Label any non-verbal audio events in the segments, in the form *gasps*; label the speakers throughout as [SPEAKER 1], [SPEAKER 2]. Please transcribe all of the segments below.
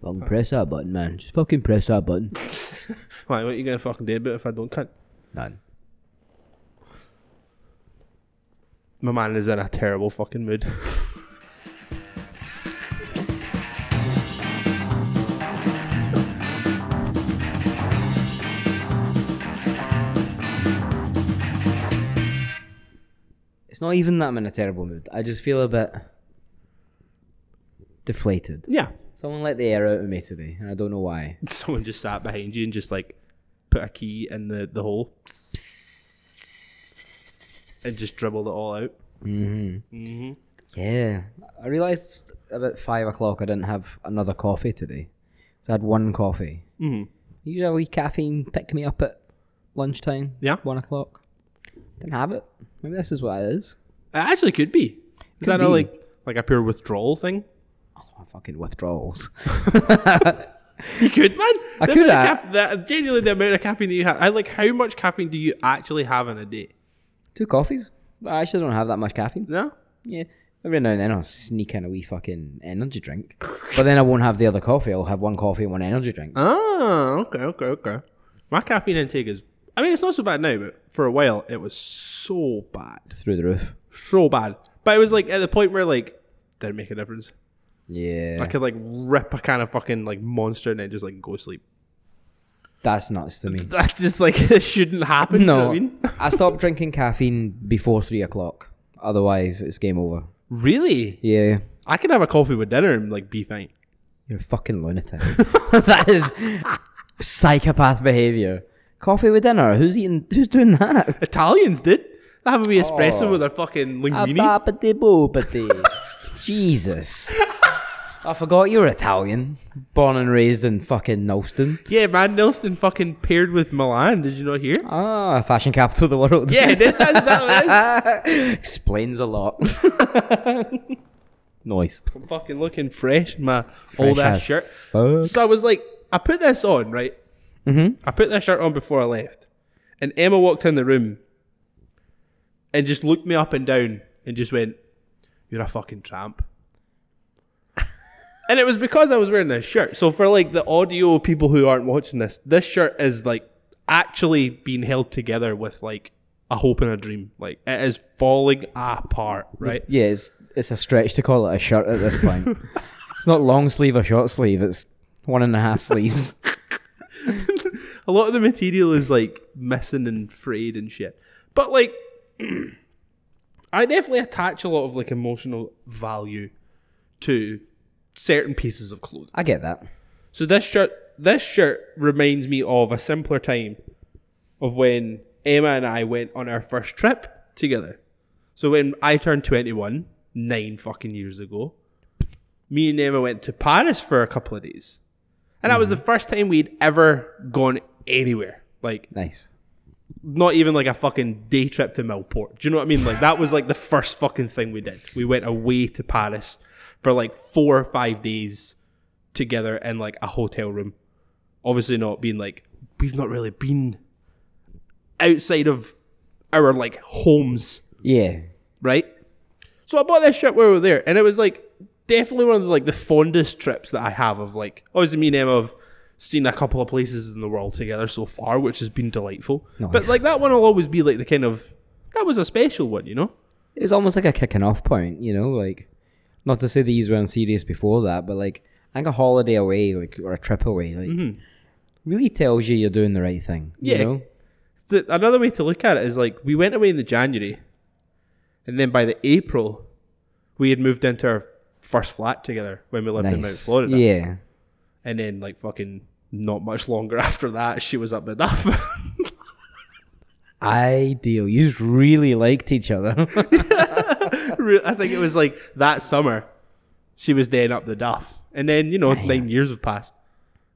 [SPEAKER 1] Fucking press that button, man. Just fucking press that button.
[SPEAKER 2] Why, what you gonna fucking do about it if I don't cunt?
[SPEAKER 1] None.
[SPEAKER 2] My man is in a terrible fucking mood. *laughs*
[SPEAKER 1] It's not even that I'm in a terrible mood. I just feel a bit deflated.
[SPEAKER 2] yeah.
[SPEAKER 1] Someone let the air out of me today, and I don't know why.
[SPEAKER 2] Someone just sat behind you and just like put a key in the, the hole and just dribbled it all out.
[SPEAKER 1] Yeah, I realised about five o'clock I didn't have another coffee today. So I had one coffee.
[SPEAKER 2] Mm.
[SPEAKER 1] You have a wee caffeine pick me up at lunchtime.
[SPEAKER 2] Yeah.
[SPEAKER 1] one o'clock. Didn't have it. Maybe this is what it is.
[SPEAKER 2] It actually could be. Is that
[SPEAKER 1] Could
[SPEAKER 2] a
[SPEAKER 1] be.
[SPEAKER 2] like like a pure withdrawal thing?
[SPEAKER 1] Oh, fucking withdrawals. *laughs*
[SPEAKER 2] You could, man.
[SPEAKER 1] I
[SPEAKER 2] The
[SPEAKER 1] could
[SPEAKER 2] amount
[SPEAKER 1] have.
[SPEAKER 2] of Caf- that, genuinely, the amount of caffeine that you have. I like how much caffeine do you actually have in a day?
[SPEAKER 1] Two coffees. I actually don't have that much caffeine.
[SPEAKER 2] No.
[SPEAKER 1] Yeah. Every now and then I'll sneak in a wee fucking energy drink. But then I won't have the other coffee. I'll have one coffee and one energy drink.
[SPEAKER 2] Oh, okay, okay, okay. My caffeine intake is. I mean, it's not so bad now, but for a while it was so bad,
[SPEAKER 1] Through the roof.
[SPEAKER 2] so bad. But it was like at the point where like didn't make a difference.
[SPEAKER 1] Yeah.
[SPEAKER 2] I could like rip a kind of fucking like monster and then just like go sleep. *laughs*
[SPEAKER 1] That's nuts to me.
[SPEAKER 2] That's just like *laughs* it shouldn't happen. No. You know
[SPEAKER 1] No.
[SPEAKER 2] what I mean?
[SPEAKER 1] I stopped drinking caffeine before three o'clock. Otherwise, it's game over.
[SPEAKER 2] Really?
[SPEAKER 1] Yeah.
[SPEAKER 2] I could have a coffee with dinner and like be fine.
[SPEAKER 1] You're a fucking lunatic. that is psychopath behavior. Coffee with dinner. Who's eating? Who's doing that?
[SPEAKER 2] Italians did. They have a wee espresso with their fucking linguine.
[SPEAKER 1] Abapati-bopati. Jesus. I forgot you were Italian. Born and raised in fucking Nolston.
[SPEAKER 2] Yeah, man, Nilsson fucking paired with Milan. Did you
[SPEAKER 1] *laughs*
[SPEAKER 2] not hear?
[SPEAKER 1] Ah, fashion capital of the world.
[SPEAKER 2] Yeah, that's, that's what it *laughs* is.
[SPEAKER 1] *laughs* Explains a lot. *laughs* nice.
[SPEAKER 2] I'm fucking looking fresh in my old
[SPEAKER 1] Fresh
[SPEAKER 2] ass
[SPEAKER 1] as
[SPEAKER 2] shirt.
[SPEAKER 1] fuck.
[SPEAKER 2] So I was like, I put this on, right? Mm-hmm. I put this shirt on before I left. And Emma walked in the room and just looked me up and down and just went, You're a fucking tramp. and it was because I was wearing this shirt. So for like the audio people who aren't watching this, this shirt is like actually being held together with like a hope and a dream. Like it is falling apart, right?
[SPEAKER 1] Yeah, it's, it's a stretch to call it a shirt at this point. it's not long sleeve or short sleeve. It's one and a half sleeves. *laughs*
[SPEAKER 2] a lot of the material is like missing and frayed and shit. But like, *clears throat* I definitely attach a lot of like emotional value to certain pieces of clothing.
[SPEAKER 1] I get that.
[SPEAKER 2] So this shirt, this shirt reminds me of a simpler time of when Emma and I went on our first trip together. So when I turned 21, nine fucking years ago, me and Emma went to Paris for a couple of days. And that was the first time we'd ever gone anywhere. Like,
[SPEAKER 1] Nice.
[SPEAKER 2] not even like a fucking day trip to Millport. Do you know what I mean? Like that was like the first fucking thing we did. We went away to Paris for like four or five days together in like a hotel room. Obviously not being like we've not really been outside of our like homes,
[SPEAKER 1] Yeah.
[SPEAKER 2] right? So I bought this shirt while we were there, and it was like definitely one of the, like the fondest trips that I have of like obviously me and Emma have seen a couple of places in the world together so far, which has been delightful. But
[SPEAKER 1] Nice.
[SPEAKER 2] like that one will always be like the kind of that was a special one, you know?
[SPEAKER 1] It was almost like a kicking off point, you know, like not to say these weren't serious before that, but like I think a holiday away, like or a trip away, like really tells you you're doing the right thing.
[SPEAKER 2] Mm-hmm. Yeah.
[SPEAKER 1] You know?
[SPEAKER 2] So another way to look at it is like we went away in the January, and then by the April, we had moved into our first flat together when we lived in Mount
[SPEAKER 1] Nice.
[SPEAKER 2] Florida.
[SPEAKER 1] Yeah.
[SPEAKER 2] And then like fucking not much longer *laughs* after that, she was up with *laughs* that.
[SPEAKER 1] Ideal. You just really liked each other. *laughs*
[SPEAKER 2] Re- I think it was like that summer, she was then up the duff, and then you know nine years have passed,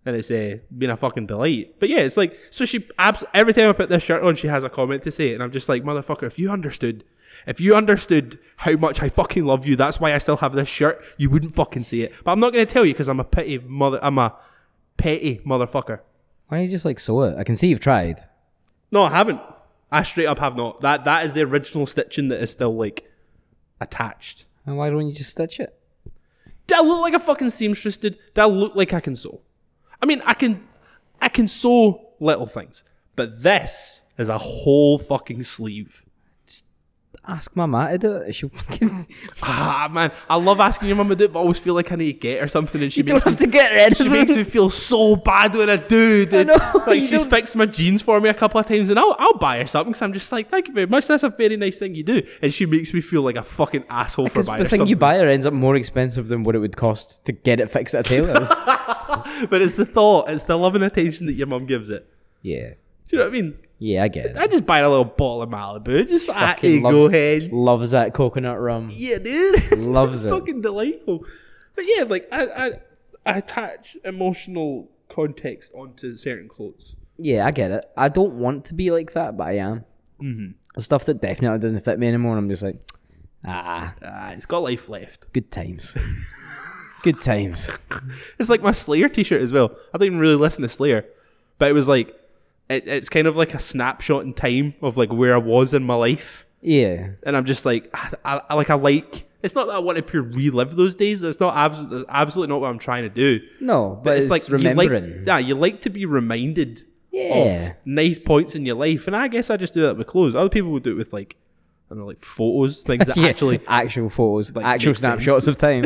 [SPEAKER 2] and it's uh, been a fucking delight. But yeah, it's like so she abs- every time I put this shirt on, she has a comment to say, and I'm just like motherfucker, if you understood. If you understood how much I fucking love you, that's why I still have this shirt. You wouldn't fucking say it, but I'm not gonna tell you because I'm a petty mother. I'm a petty motherfucker.
[SPEAKER 1] Why don't you just like sew it? I can see you've tried.
[SPEAKER 2] No, I haven't. I straight up have not. That that is the original stitching that is still like attached.
[SPEAKER 1] And why don't you just stitch it?
[SPEAKER 2] Do I look like a fucking seamstress, dude? Do I look like I can sew? I mean, I can, I can sew little things, but this is a whole fucking sleeve.
[SPEAKER 1] Ask my ma to do it. She'll *laughs* fucking.
[SPEAKER 2] Ah, man, I love asking your mum to do it, but I always feel like I need to get her something, and she
[SPEAKER 1] you don't
[SPEAKER 2] makes me
[SPEAKER 1] have to get rid
[SPEAKER 2] She
[SPEAKER 1] of
[SPEAKER 2] makes
[SPEAKER 1] it. *laughs*
[SPEAKER 2] me feel so bad when I do. dude.
[SPEAKER 1] I know,
[SPEAKER 2] like
[SPEAKER 1] you
[SPEAKER 2] she's
[SPEAKER 1] don't-
[SPEAKER 2] fixed my jeans for me a couple of times, and I'll I'll buy her something. Cause I'm just like, thank you very much. That's a very nice thing you do, and she makes me feel like a fucking asshole for
[SPEAKER 1] Because
[SPEAKER 2] buying
[SPEAKER 1] the
[SPEAKER 2] her
[SPEAKER 1] thing
[SPEAKER 2] something.
[SPEAKER 1] you buy her ends up more expensive than what it would cost to get it fixed at a *laughs* tailor's.
[SPEAKER 2] but it's the thought, it's the love and attention that your mum gives it.
[SPEAKER 1] yeah.
[SPEAKER 2] Do you know what I mean?
[SPEAKER 1] Yeah, I get it.
[SPEAKER 2] I just buy a little bottle of Malibu, just like
[SPEAKER 1] Fucking
[SPEAKER 2] ego
[SPEAKER 1] loves-
[SPEAKER 2] head.
[SPEAKER 1] Loves that coconut rum.
[SPEAKER 2] Yeah, dude, *laughs*
[SPEAKER 1] Loves
[SPEAKER 2] It's
[SPEAKER 1] it.
[SPEAKER 2] Fucking delightful. But yeah, like I, I, I attach emotional context onto certain clothes.
[SPEAKER 1] Yeah, I get it. I don't want to be like that, but I am. Mm-hmm. Stuff that definitely doesn't fit me anymore, and I'm just like, ah,
[SPEAKER 2] Ah, it's got life left.
[SPEAKER 1] good *laughs* times. good times.
[SPEAKER 2] It's like my Slayer T-shirt as well. I don't even really listen to Slayer, but it was like it, it's kind of like a snapshot in time of like where I was in my life,
[SPEAKER 1] Yeah.
[SPEAKER 2] and I'm just like I, I, I- like I like. It's not that I want to pure relive those days. That's not abs- that's absolutely not what I'm trying to do.
[SPEAKER 1] No, but, it's, like remembering.
[SPEAKER 2] You like, yeah, you like to be reminded
[SPEAKER 1] Yeah.
[SPEAKER 2] of nice points in your life, and I guess I just do that with clothes. Other people would do it with like I don't know, like photos, things
[SPEAKER 1] *laughs*
[SPEAKER 2] that
[SPEAKER 1] Yeah,
[SPEAKER 2] actually
[SPEAKER 1] actual photos, actual
[SPEAKER 2] makes sense.
[SPEAKER 1] snapshots of time.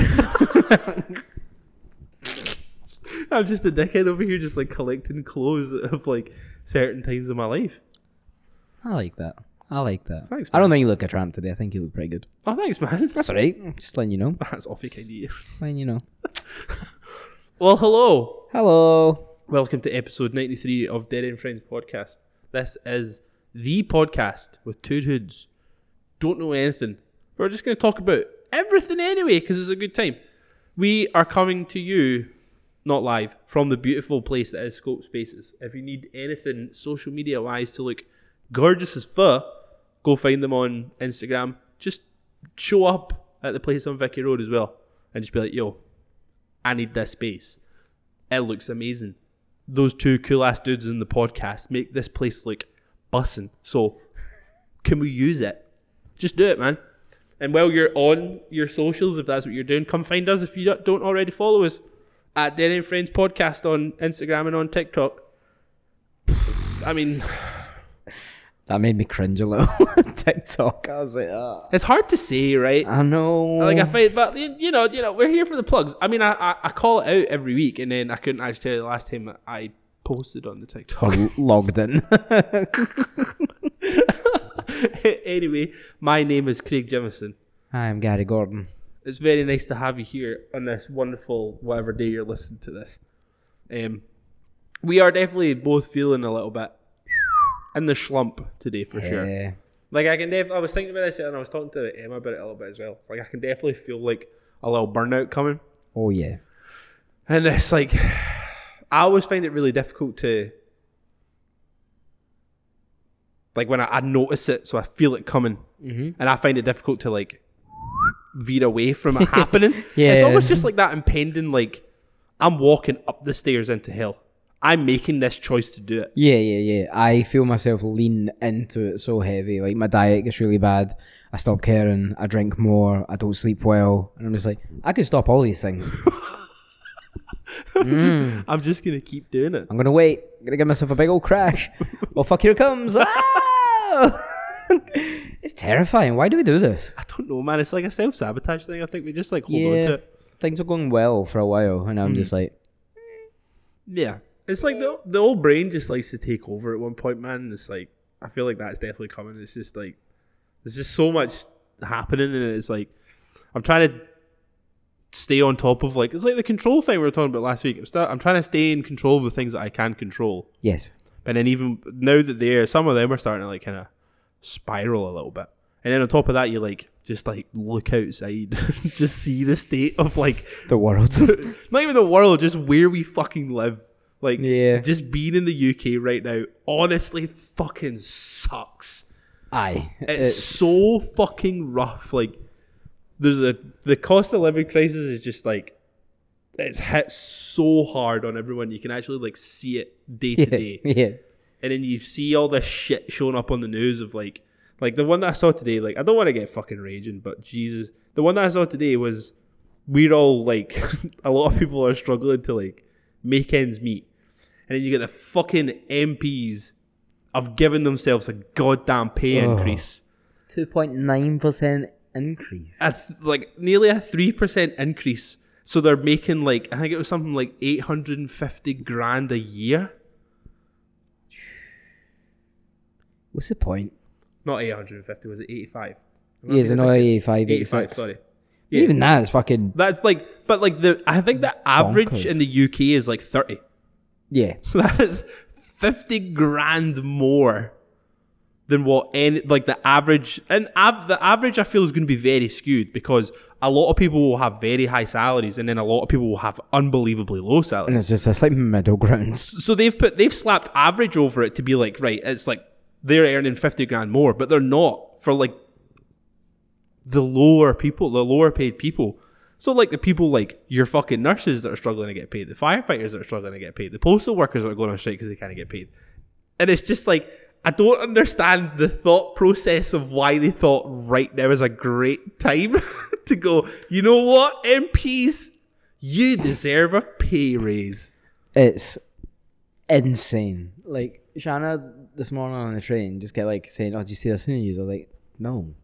[SPEAKER 2] I'm just a dickhead over here, just like collecting clothes of like certain times of my life.
[SPEAKER 1] I like that. I like that.
[SPEAKER 2] Thanks,
[SPEAKER 1] I don't think you look a tramp today. I think you look pretty good.
[SPEAKER 2] Oh, thanks, man. *laughs*
[SPEAKER 1] That's all right. Just letting you know.
[SPEAKER 2] That's awfully kind of you.
[SPEAKER 1] Just letting you know.
[SPEAKER 2] Well, hello.
[SPEAKER 1] Hello.
[SPEAKER 2] Welcome to episode 93 of Dead End Friends podcast. This is the podcast with two dudes. Don't know anything. We're just going to talk about everything anyway because it's a good time. We are coming to you, not live, from the beautiful place that is Scope Spaces. If you need anything social media wise to look gorgeous as fur, go find them on Instagram. Just show up at the place on Vicky Road as well and just be like, yo, I need this space it looks amazing. Those two cool ass dudes in the podcast make this place look bussin'. So, can we use it? Just do it, man. And while you're on your socials, if that's what you're doing, come find us if you don't already follow us at Dead End Friends Podcast on Instagram and on TikTok. I mean,
[SPEAKER 1] That made me cringe a little. *laughs* TikTok. I was like, ah.
[SPEAKER 2] it's hard to say, right?
[SPEAKER 1] I know.
[SPEAKER 2] Like I find, but you you know, you know, we're here for the plugs. I mean, I, I, I call it out every week, and then I couldn't actually tell you the last time that I posted on the TikTok. *laughs*
[SPEAKER 1] L- logged in. *laughs*
[SPEAKER 2] anyway, my name is Craig Jemison.
[SPEAKER 1] Hi, I'm Gary Gordon.
[SPEAKER 2] It's very nice to have you here on this wonderful whatever day you're listening to this. Um, we are definitely both feeling a little bit in the slump today for sure.
[SPEAKER 1] Yeah.
[SPEAKER 2] Like I can def- I was thinking about this and I was talking to Emma about it a little bit as well. Like I can definitely feel like a little burnout coming.
[SPEAKER 1] Oh yeah.
[SPEAKER 2] And it's like, I always find it really difficult to, like, when I, I notice it, so I feel it coming, mm-hmm. and I find it difficult to like veer away from
[SPEAKER 1] *laughs*
[SPEAKER 2] it happening. It's
[SPEAKER 1] Yeah.
[SPEAKER 2] almost just like that impending, like, I'm walking up the stairs into hell. I'm making this choice to do it.
[SPEAKER 1] Yeah, yeah, yeah. I feel myself lean into it so heavy. Like my diet gets really bad. I stop caring. I drink more. I don't sleep well. And I'm just like, I could stop all these things. Mm.
[SPEAKER 2] I'm just gonna keep doing it.
[SPEAKER 1] I'm gonna wait. I'm gonna give myself a big old crash. well, fuck, here it
[SPEAKER 2] *laughs*
[SPEAKER 1] comes. Ah! it's terrifying. Why do we do this?
[SPEAKER 2] I don't know, man. It's like a self sabotage thing. I think we just like hold on to
[SPEAKER 1] yeah,
[SPEAKER 2] it. Hmm.
[SPEAKER 1] things were going well for a while, and I'm just like,
[SPEAKER 2] Yeah, it's like the the old brain just likes to take over at one point, man. It's like I feel like that's definitely coming. It's just like there's just so much happening, and it's like I'm trying to stay on top of like it's like the control thing we were talking about last week. I'm, still, I'm trying to stay in control of the things that I can control,
[SPEAKER 1] yes,
[SPEAKER 2] but then even now that they're some of them are starting to like kind of spiral a little bit, and then on top of that, you like just like look outside, *laughs* just see the state of like
[SPEAKER 1] the
[SPEAKER 2] *laughs*
[SPEAKER 1] world.
[SPEAKER 2] not even the world, just where we fucking live. Like,
[SPEAKER 1] Yeah.
[SPEAKER 2] just being in the UK right now, honestly, fucking sucks.
[SPEAKER 1] Aye,
[SPEAKER 2] It's, so fucking rough. Like, there's a the cost of living crisis is just like it's hit so hard on everyone. You can actually like see it day to
[SPEAKER 1] *laughs* yeah,
[SPEAKER 2] day,
[SPEAKER 1] yeah.
[SPEAKER 2] and then you see all this shit showing up on the news of like, like the one that I saw today. Like, I don't want to get fucking raging, but Jesus, the one that I saw today was we're all like *laughs* a lot of people are struggling to like make ends meet. And then you get the fucking MPs have given themselves a goddamn pay
[SPEAKER 1] Ugh.
[SPEAKER 2] increase.
[SPEAKER 1] Two point nine percent increase.
[SPEAKER 2] A th- like nearly a 3% increase. So they're making like I think it was something like 850 grand a year.
[SPEAKER 1] What's the point?
[SPEAKER 2] Not 850, was it 85? I'm not
[SPEAKER 1] Yeah, it's
[SPEAKER 2] thinking
[SPEAKER 1] another
[SPEAKER 2] about it.
[SPEAKER 1] 85,
[SPEAKER 2] 85,
[SPEAKER 1] 86.
[SPEAKER 2] sorry. Yeah.
[SPEAKER 1] Even that is fucking
[SPEAKER 2] That's like, but like the, I think the average
[SPEAKER 1] Bonkers.
[SPEAKER 2] in the UK is like 30.
[SPEAKER 1] yeah.
[SPEAKER 2] *laughs* So that is 50 grand more than what any, like the average, and av- the average I feel is going to be very skewed because a lot of people will have very high salaries and then a lot of people will have unbelievably low
[SPEAKER 1] And
[SPEAKER 2] salaries.
[SPEAKER 1] it's just it's like middle ground.
[SPEAKER 2] So they've put, they've slapped average over it to be like, right, it's like they're earning 50 grand more, but they're not for like the lower people, the lower paid people. So like the people like your fucking nurses that are struggling to get paid, the firefighters that are struggling to get paid, the postal workers that are going on strike because they can't get paid. And it's just like I don't understand the thought process of why they thought right now is a great time *laughs* to go. You know what, MPs, you deserve a pay raise.
[SPEAKER 1] It's insane. Like Shanna this morning on the train just kept like saying, "Oh, did you see this in the news?" I was like, "No."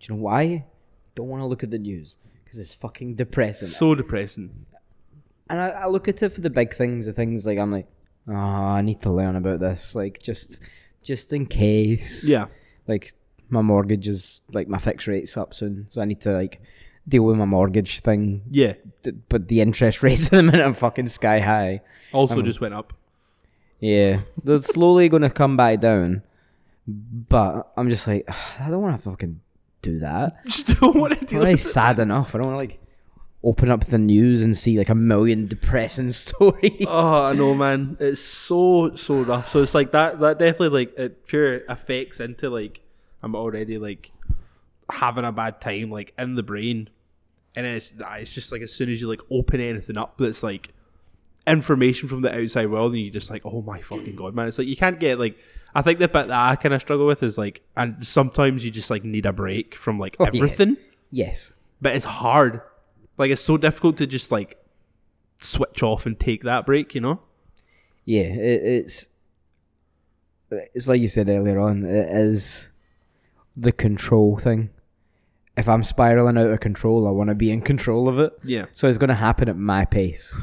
[SPEAKER 1] Do you know why? Don't want to look at the news because it's fucking depressing.
[SPEAKER 2] So depressing.
[SPEAKER 1] and I, I look at it for the big things, the things like I'm like, oh, I need to learn about this, like just just in case. Like my mortgage is like my fixed rate's up soon, so I need to like deal with my mortgage thing.
[SPEAKER 2] yeah.
[SPEAKER 1] D- But the interest *laughs* rates at the minute are fucking sky high.
[SPEAKER 2] Also, just went up. *laughs*
[SPEAKER 1] Yeah, they're slowly going to come back down. But I'm just like, I don't want to fucking do that.
[SPEAKER 2] Just don't want to
[SPEAKER 1] I'm
[SPEAKER 2] deal
[SPEAKER 1] already
[SPEAKER 2] with
[SPEAKER 1] sad enough. I don't want to like open up the news and see like a million depressing *laughs* stories.
[SPEAKER 2] Oh, I know, man. It's so so rough. So it's like that. That definitely like it pure affects into like I'm already like having a bad time like in the brain, and then it's ah, it's just like as soon as you like open anything up that's like information from the outside world, and you're just like, oh my fucking god, man. It's like you can't get like. I think the bit that I kind of struggle with is like, and sometimes you just like need a break from like
[SPEAKER 1] Oh, yeah.
[SPEAKER 2] everything,
[SPEAKER 1] Yes.
[SPEAKER 2] but it's hard. Like it's so difficult to just like switch off and take that break, you know.
[SPEAKER 1] yeah, it, it's it's like you said earlier on. It is the control thing. If I'm spiraling out of control, I want to be in control of it.
[SPEAKER 2] Yeah.
[SPEAKER 1] So it's going to happen at my pace,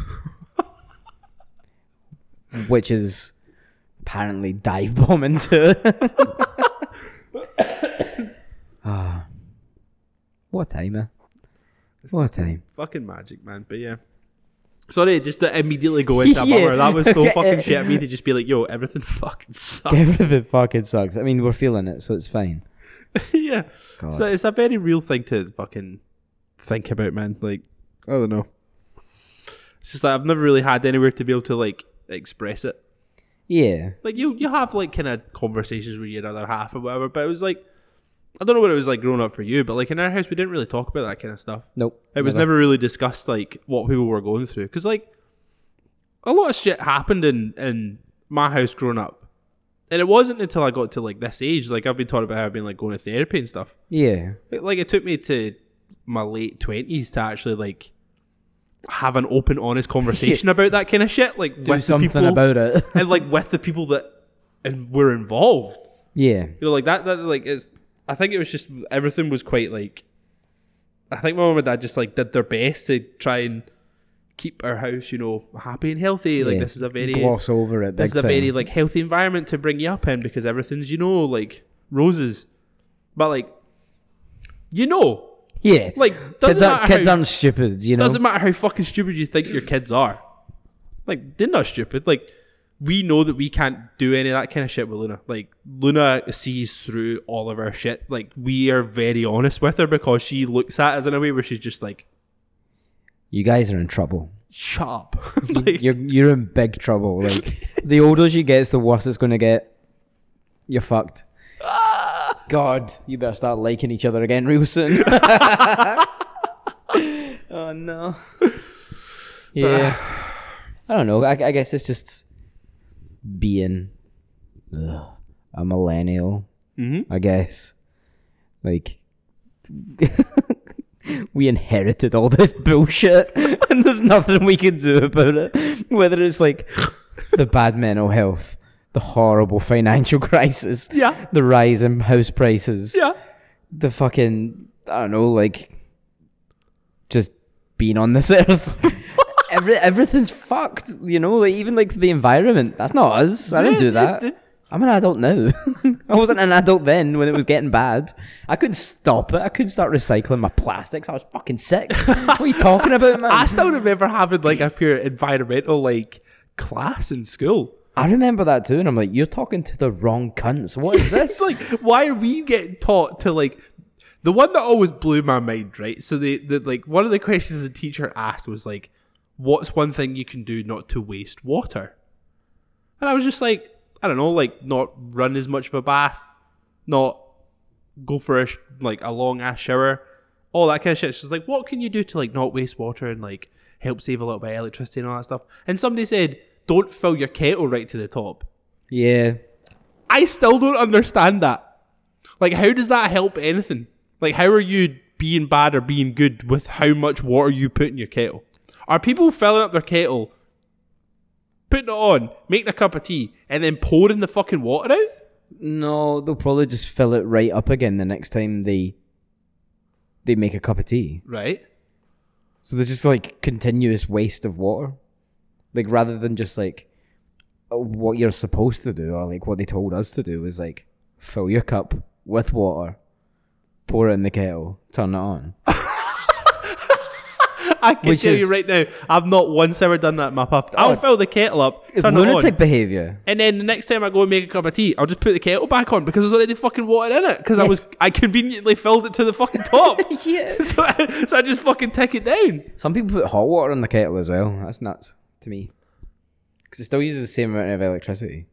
[SPEAKER 1] which is apparently dive bomb into. *laughs* Ah, what a timer? What a time?
[SPEAKER 2] Fucking magic, man. But yeah. Sorry, just to immediately go into
[SPEAKER 1] *laughs*
[SPEAKER 2] a bummer.
[SPEAKER 1] Yeah.
[SPEAKER 2] That was so
[SPEAKER 1] Okay.
[SPEAKER 2] fucking shit of me to just be like, yo, everything *laughs* fucking sucks.
[SPEAKER 1] Everything fucking sucks. I mean, we're feeling it, so it's fine.
[SPEAKER 2] *laughs* yeah.
[SPEAKER 1] God.
[SPEAKER 2] So it's a very real thing to fucking think about, man. Like, I don't know. It's just like I've never really had anywhere to be able to like express it.
[SPEAKER 1] yeah.
[SPEAKER 2] Like you you have like kind of conversations with your other half or whatever, but it was like I don't know what it was like growing up for you, but like in our house we didn't really talk about that kind of stuff.
[SPEAKER 1] Nope.
[SPEAKER 2] It was never really discussed like what people were going through because like a lot of shit happened in in my house growing up, and it wasn't until I got to like this age like I've been taught about how I've been like going to therapy and stuff.
[SPEAKER 1] Yeah.
[SPEAKER 2] It- like it took me to my late twenties to actually like have an open,
[SPEAKER 1] *laughs*
[SPEAKER 2] honest conversation about that kind of shit. Like
[SPEAKER 1] do
[SPEAKER 2] with the
[SPEAKER 1] something
[SPEAKER 2] people
[SPEAKER 1] about it.
[SPEAKER 2] *laughs* and like with the people that and were involved
[SPEAKER 1] yeah,
[SPEAKER 2] you know, like that, that, like, it's, I think it was just, everything was quite like, I think my mum and dad just, like, did their best to try and keep our house, you know, happy and healthy. Like,
[SPEAKER 1] yeah.
[SPEAKER 2] this is a very,
[SPEAKER 1] gloss over it.
[SPEAKER 2] this is
[SPEAKER 1] big
[SPEAKER 2] a very,
[SPEAKER 1] time.
[SPEAKER 2] like, healthy environment to bring you up in because everything's, you know, like, roses. But, like, you know,
[SPEAKER 1] yeah.
[SPEAKER 2] like, doesn't
[SPEAKER 1] kids, aren't,
[SPEAKER 2] matter
[SPEAKER 1] kids
[SPEAKER 2] how,
[SPEAKER 1] aren't stupid, you know.
[SPEAKER 2] doesn't matter how fucking stupid you think your kids are. Like they're not stupid. Like we know that we can't do any of that kind of shit with Luna. Like Luna sees through all of our shit. Like we are very honest with her because she looks at us in a way where she's just like,
[SPEAKER 1] You guys are in trouble.
[SPEAKER 2] "Shut up." *laughs*
[SPEAKER 1] *laughs*
[SPEAKER 2] like,
[SPEAKER 1] You're you're in big trouble. Like the older she gets, the worse it's going to get. You're fucked. God, you better start liking each other again real soon. *laughs* oh no. Yeah, I don't know. I, I guess it's just being ugh, a millennial.
[SPEAKER 2] Mhm.
[SPEAKER 1] I guess. Like, *laughs* we inherited all this bullshit *laughs* and there's nothing we can do about it. Whether it's like the bad mental health, the horrible financial *laughs* crisis,
[SPEAKER 2] Yeah.
[SPEAKER 1] the rise in house prices,
[SPEAKER 2] Yeah.
[SPEAKER 1] the fucking, I don't know, like just being on this *laughs* earth. Every, everything's fucked, you know, like even like the environment. That's not us. I didn't do that. I'm an adult now. *laughs* I wasn't an adult then when it was getting bad. I couldn't stop it. I couldn't start recycling my plastics. I was fucking six. What are you talking about, man?
[SPEAKER 2] *laughs* I
[SPEAKER 1] I,
[SPEAKER 2] still remember having like a pure environmental like class in school.
[SPEAKER 1] remember that too, and I'm like, you're talking to the wrong cunts. What is this?
[SPEAKER 2] *laughs* It's like why are we getting taught to like the one that always blew my mind, right? So the, the like one of the questions the teacher asked was like, What's one thing you can do not to waste water? And I was just like, I don't know, like not run as much of a bath, not go for a sh- like a long ass shower, all that kind of shit. She's like, what can you do to like not waste water and like help save a little bit of electricity and all that stuff? And somebody said, don't fill your kettle right to the top.
[SPEAKER 1] yeah.
[SPEAKER 2] I still don't understand that. Like, how does that help anything? Like, how are you being bad or being good with how much water you put in your kettle? Are people filling up their kettle, putting it on, making a cup of tea, and then pouring the fucking water out?
[SPEAKER 1] No, they'll probably just fill it right up again the next time they they make a cup of tea.
[SPEAKER 2] Right.
[SPEAKER 1] So there's just like continuous waste of water. Like rather than just like uh, what you're supposed to do or like what they told us to do was like fill your cup with water, pour it in the kettle, turn it
[SPEAKER 2] *laughs*
[SPEAKER 1] on.
[SPEAKER 2] *laughs* I can
[SPEAKER 1] Which
[SPEAKER 2] tell you
[SPEAKER 1] is-
[SPEAKER 2] right now, I've not once ever done that in my puff. I'll
[SPEAKER 1] Oh.
[SPEAKER 2] fill the kettle up,
[SPEAKER 1] It's
[SPEAKER 2] turn it on,
[SPEAKER 1] lunatic behavior.
[SPEAKER 2] and then the next time I go and make a cup of tea, I'll just put the kettle back on because there's already fucking water in it because I
[SPEAKER 1] Yes.
[SPEAKER 2] was I conveniently filled it to the fucking top.
[SPEAKER 1] Yeah.
[SPEAKER 2] *laughs* so, I, so I just fucking take it down.
[SPEAKER 1] Some people put hot water in the kettle as well. That's nuts to me. Because it still uses the same amount of electricity.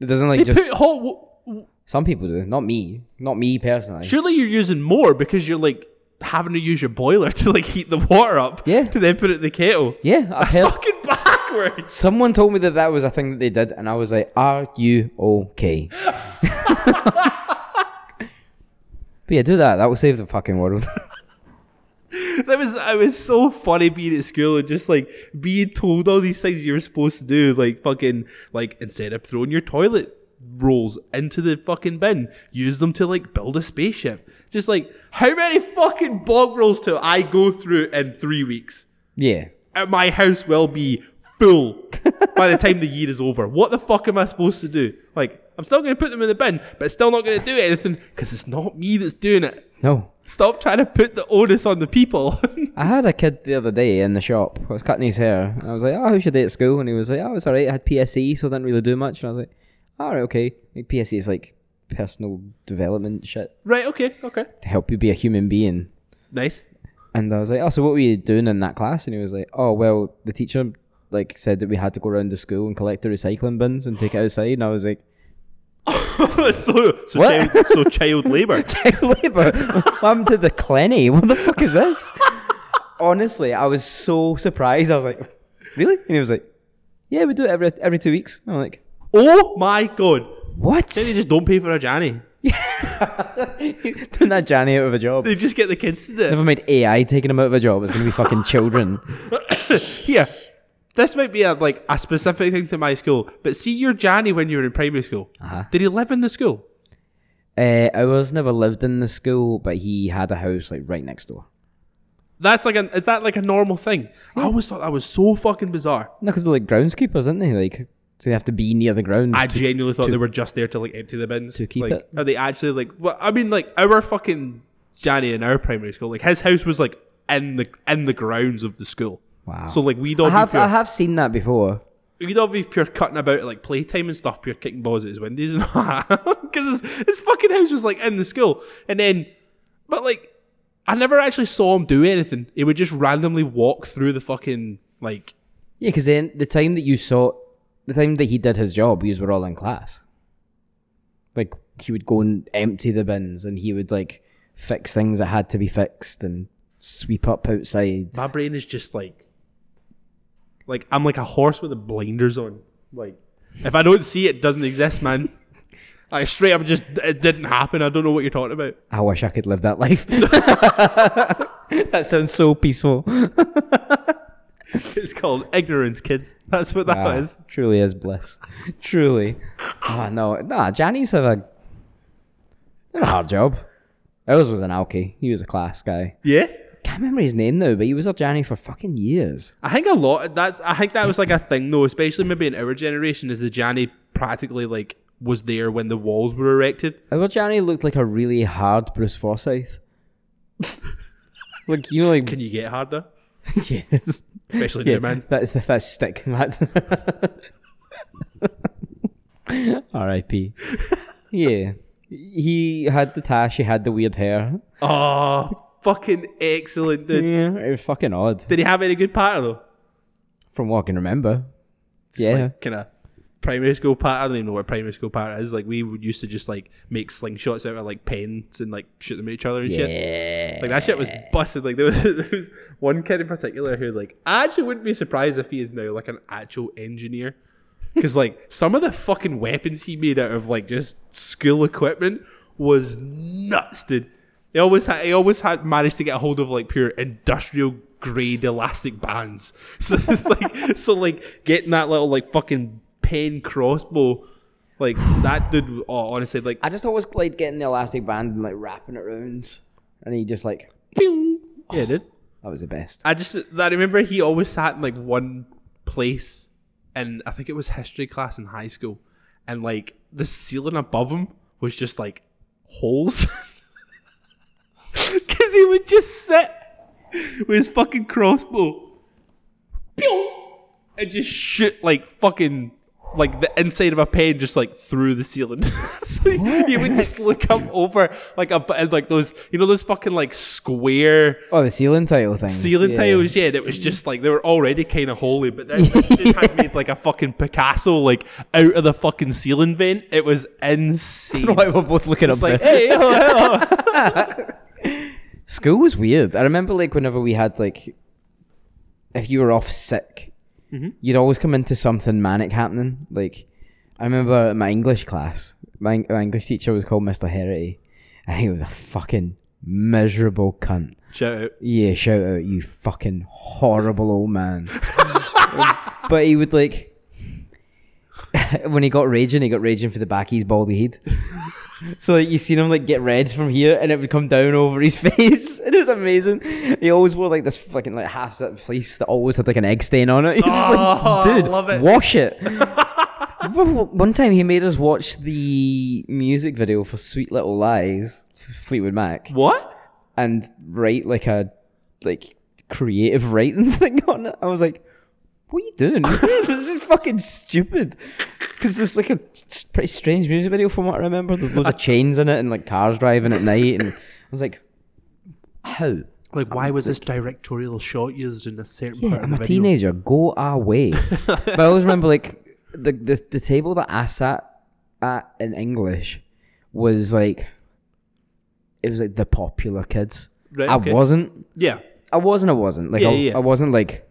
[SPEAKER 1] It doesn't like
[SPEAKER 2] They
[SPEAKER 1] just.
[SPEAKER 2] put hot. wa- w-
[SPEAKER 1] Some people do. Not me. Not me personally.
[SPEAKER 2] Surely you're using more because you're like having to use your boiler *laughs* to like heat the water up.
[SPEAKER 1] Yeah.
[SPEAKER 2] To then put it in the kettle.
[SPEAKER 1] Yeah, I've
[SPEAKER 2] That's
[SPEAKER 1] heard,
[SPEAKER 2] fucking backwards.
[SPEAKER 1] Someone told me that that was a thing that they did, and I was like, "Are you okay?" *laughs* but yeah, do that. That will save the fucking world. *laughs*
[SPEAKER 2] That was I was so funny being at school and just like being told all these things you were supposed to do, like fucking like instead of throwing your toilet rolls into the fucking bin, use them to like build a spaceship. Just like how many fucking bog rolls do I go through in three weeks?
[SPEAKER 1] yeah,
[SPEAKER 2] At my house will be full by the time the year is over. What the fuck am I supposed to do? Like I'm still gonna put them in the bin, but still not gonna do anything because it's not me that's doing it.
[SPEAKER 1] no.
[SPEAKER 2] Stop trying to put the onus on the people. *laughs*
[SPEAKER 1] I had a kid the other day in the shop. I was cutting his hair, and I was like, "Oh, who's your day at school?" And he was like, "Oh, it's all right. I had PSE, so I didn't really do much." And I was like, "All right, okay. Like, PSE is like personal development shit
[SPEAKER 2] Right, okay, okay.
[SPEAKER 1] to help you be a human being."
[SPEAKER 2] Nice. *laughs*
[SPEAKER 1] And I was like, "Oh, so what were you doing in that class?" And he was like, "Oh, well, the teacher like said that we had to go around the school and collect the recycling bins and take it outside." And I was like, *laughs*
[SPEAKER 2] so, so,
[SPEAKER 1] What?
[SPEAKER 2] child, so child labor.
[SPEAKER 1] "Labour, what happened to the Clenny? What the fuck is this?" Honestly, I was so surprised. I was like, "Really?" And he was like, "Yeah, we do it every every two weeks." And I'm like,
[SPEAKER 2] *laughs* Oh my god.
[SPEAKER 1] "What?"
[SPEAKER 2] Then they just don't pay for a Johnny.
[SPEAKER 1] *laughs* Doing that Johnny out of a job.
[SPEAKER 2] They just get the kids to do it.
[SPEAKER 1] Never mind AI taking him out of a job. It's gonna be fucking children. *laughs*
[SPEAKER 2] Here. This might be a like a specific thing to my school, but see your Johnny when you were in primary school.
[SPEAKER 1] Uh-huh.
[SPEAKER 2] Did he live in the school?
[SPEAKER 1] Uh, I was never lived in the school, but he had a house like right next door.
[SPEAKER 2] That's like an is that like a normal thing? I always thought that was so fucking bizarre.
[SPEAKER 1] No, because they're like groundskeepers, aren't they? Like, so they have to be near the ground.
[SPEAKER 2] I genuinely thought they were just there to like empty the bins.
[SPEAKER 1] to keep
[SPEAKER 2] like,
[SPEAKER 1] it.
[SPEAKER 2] Are they actually like? Well, I mean, like our fucking Johnny in our primary school, like his house was like in the in the grounds of the school.
[SPEAKER 1] Wow.
[SPEAKER 2] So like we'd all
[SPEAKER 1] I
[SPEAKER 2] be
[SPEAKER 1] have,
[SPEAKER 2] pure,
[SPEAKER 1] I have seen that before.
[SPEAKER 2] we'd all be pure cutting about at, like playtime and stuff, pure kicking balls at his windows and all *laughs* because his, his fucking house was like in the school, and then but like I never actually saw him do anything. He would just randomly walk through the fucking like
[SPEAKER 1] Yeah, because then the time that you saw, the time that he did his job, you were all in class. Like he would go and empty the bins, and he would like fix things that had to be fixed, and sweep up outside.
[SPEAKER 2] My brain is just like, like I'm like a horse with the blinders on. Like, if I don't see it, it doesn't exist, man. *laughs* Like straight up, just it didn't happen. I don't know what you're talking about.
[SPEAKER 1] I wish I could live that life. *laughs* that sounds so peaceful.
[SPEAKER 2] *laughs* It's called ignorance, kids. That's what that
[SPEAKER 1] Ah,
[SPEAKER 2] is.
[SPEAKER 1] Truly is bliss. *laughs* truly. Oh, no. Nah, Johnny's have a, had a hard job. Ours was an alky. He was a class guy.
[SPEAKER 2] Yeah,
[SPEAKER 1] Can't remember his name though, but he was a Johnny for fucking years.
[SPEAKER 2] I think a lot. That's I think that was like a thing though, especially maybe in our generation, is the Johnny practically like was there when the walls were erected.
[SPEAKER 1] Our Johnny looked like a really hard Bruce Forsyth. like you know, like
[SPEAKER 2] Can you get harder?
[SPEAKER 1] *laughs* yes.
[SPEAKER 2] Especially
[SPEAKER 1] yeah,
[SPEAKER 2] now, man.
[SPEAKER 1] That's that's stick. *laughs* That's R.I.P. Yeah, he had the tash. He had the weird hair.
[SPEAKER 2] Oh, fucking excellent, dude.
[SPEAKER 1] Yeah, it was fucking odd.
[SPEAKER 2] Did he have any good patter though?
[SPEAKER 1] From what I can remember. yeah.
[SPEAKER 2] kind of primary school patter. I don't even know what primary school patter is. Like we would- used to just like make slingshots out of like pens and like shoot them at each other and shit.
[SPEAKER 1] yeah.
[SPEAKER 2] Like that shit was busted. Like there was, *laughs* there was one kid in particular who like I actually wouldn't be surprised if he is now like an actual engineer. Because like some of the fucking weapons he made out of like just school equipment was nuts, dude. He always had he always had managed to get a hold of like pure industrial grade elastic bands. *laughs* So it's like so like getting that little like fucking pen crossbow, like that dude. Oh, honestly, like
[SPEAKER 1] I just always like getting the elastic band and like wrapping it round, and he just like
[SPEAKER 2] yeah, dude.
[SPEAKER 1] that was the best.
[SPEAKER 2] I just I remember he always sat in like one place, and I think it was history class in high school, and like the ceiling above him was just like holes, *laughs* because he would just sit with his fucking crossbow, pew, and just shoot like fucking. Like the inside of a pen, just like through the ceiling, *laughs* so he would just look up over like a and like those you know those fucking like square
[SPEAKER 1] Oh, the ceiling tile thing. *laughs*
[SPEAKER 2] ceiling tiles, yeah, and it was just like they were already kind of holy, but then
[SPEAKER 1] *laughs*
[SPEAKER 2] this dude had made like a fucking Picasso like out of the fucking ceiling vent. It was insane.
[SPEAKER 1] we're both looking
[SPEAKER 2] It's like, eh. hey, hello,
[SPEAKER 1] *laughs*
[SPEAKER 2] hello.
[SPEAKER 1] School was weird. I remember like whenever we had like, if you were off sick,
[SPEAKER 2] Mm-hmm.
[SPEAKER 1] you'd always come into something manic happening. Like, I remember my English class. My, my English teacher was called Mister Herity, and he was a fucking miserable cunt.
[SPEAKER 2] Shout out.
[SPEAKER 1] Yeah, shout out, you fucking horrible old man. *laughs* but he would like *laughs* when he got raging, he got raging for the back of his baldy head. *laughs* so like you seen him like get red from here and it would come down over his *laughs* face. It was amazing. He always wore like this fucking like half zip fleece that always had like an egg stain on it. *laughs* He's just
[SPEAKER 2] Oh,
[SPEAKER 1] like, dude,
[SPEAKER 2] love it."
[SPEAKER 1] wash
[SPEAKER 2] *laughs*
[SPEAKER 1] it. One time he made us watch the music video for Sweet Little Lies, Fleetwood Mac
[SPEAKER 2] What?
[SPEAKER 1] and write like a like creative writing *laughs* thing on it. I was like, "What are you doing? *laughs* this is fucking stupid." Because it's like a s- pretty strange music video from what I remember. There's
[SPEAKER 2] *laughs*
[SPEAKER 1] loads of chains in it and like cars driving at night, and I was like, "How?
[SPEAKER 2] Like, why was this directorial shot used in a certain
[SPEAKER 1] Yeah,
[SPEAKER 2] part
[SPEAKER 1] I'm
[SPEAKER 2] of
[SPEAKER 1] a
[SPEAKER 2] the video?
[SPEAKER 1] teenager. Go
[SPEAKER 2] *laughs*
[SPEAKER 1] away." but I always remember like the, the the table that I sat at in English was like it was like the popular kids.
[SPEAKER 2] Right,
[SPEAKER 1] I
[SPEAKER 2] okay.
[SPEAKER 1] wasn't.
[SPEAKER 2] Yeah.
[SPEAKER 1] I wasn't. I wasn't. Like
[SPEAKER 2] Yeah,
[SPEAKER 1] I,
[SPEAKER 2] yeah, yeah.
[SPEAKER 1] I wasn't like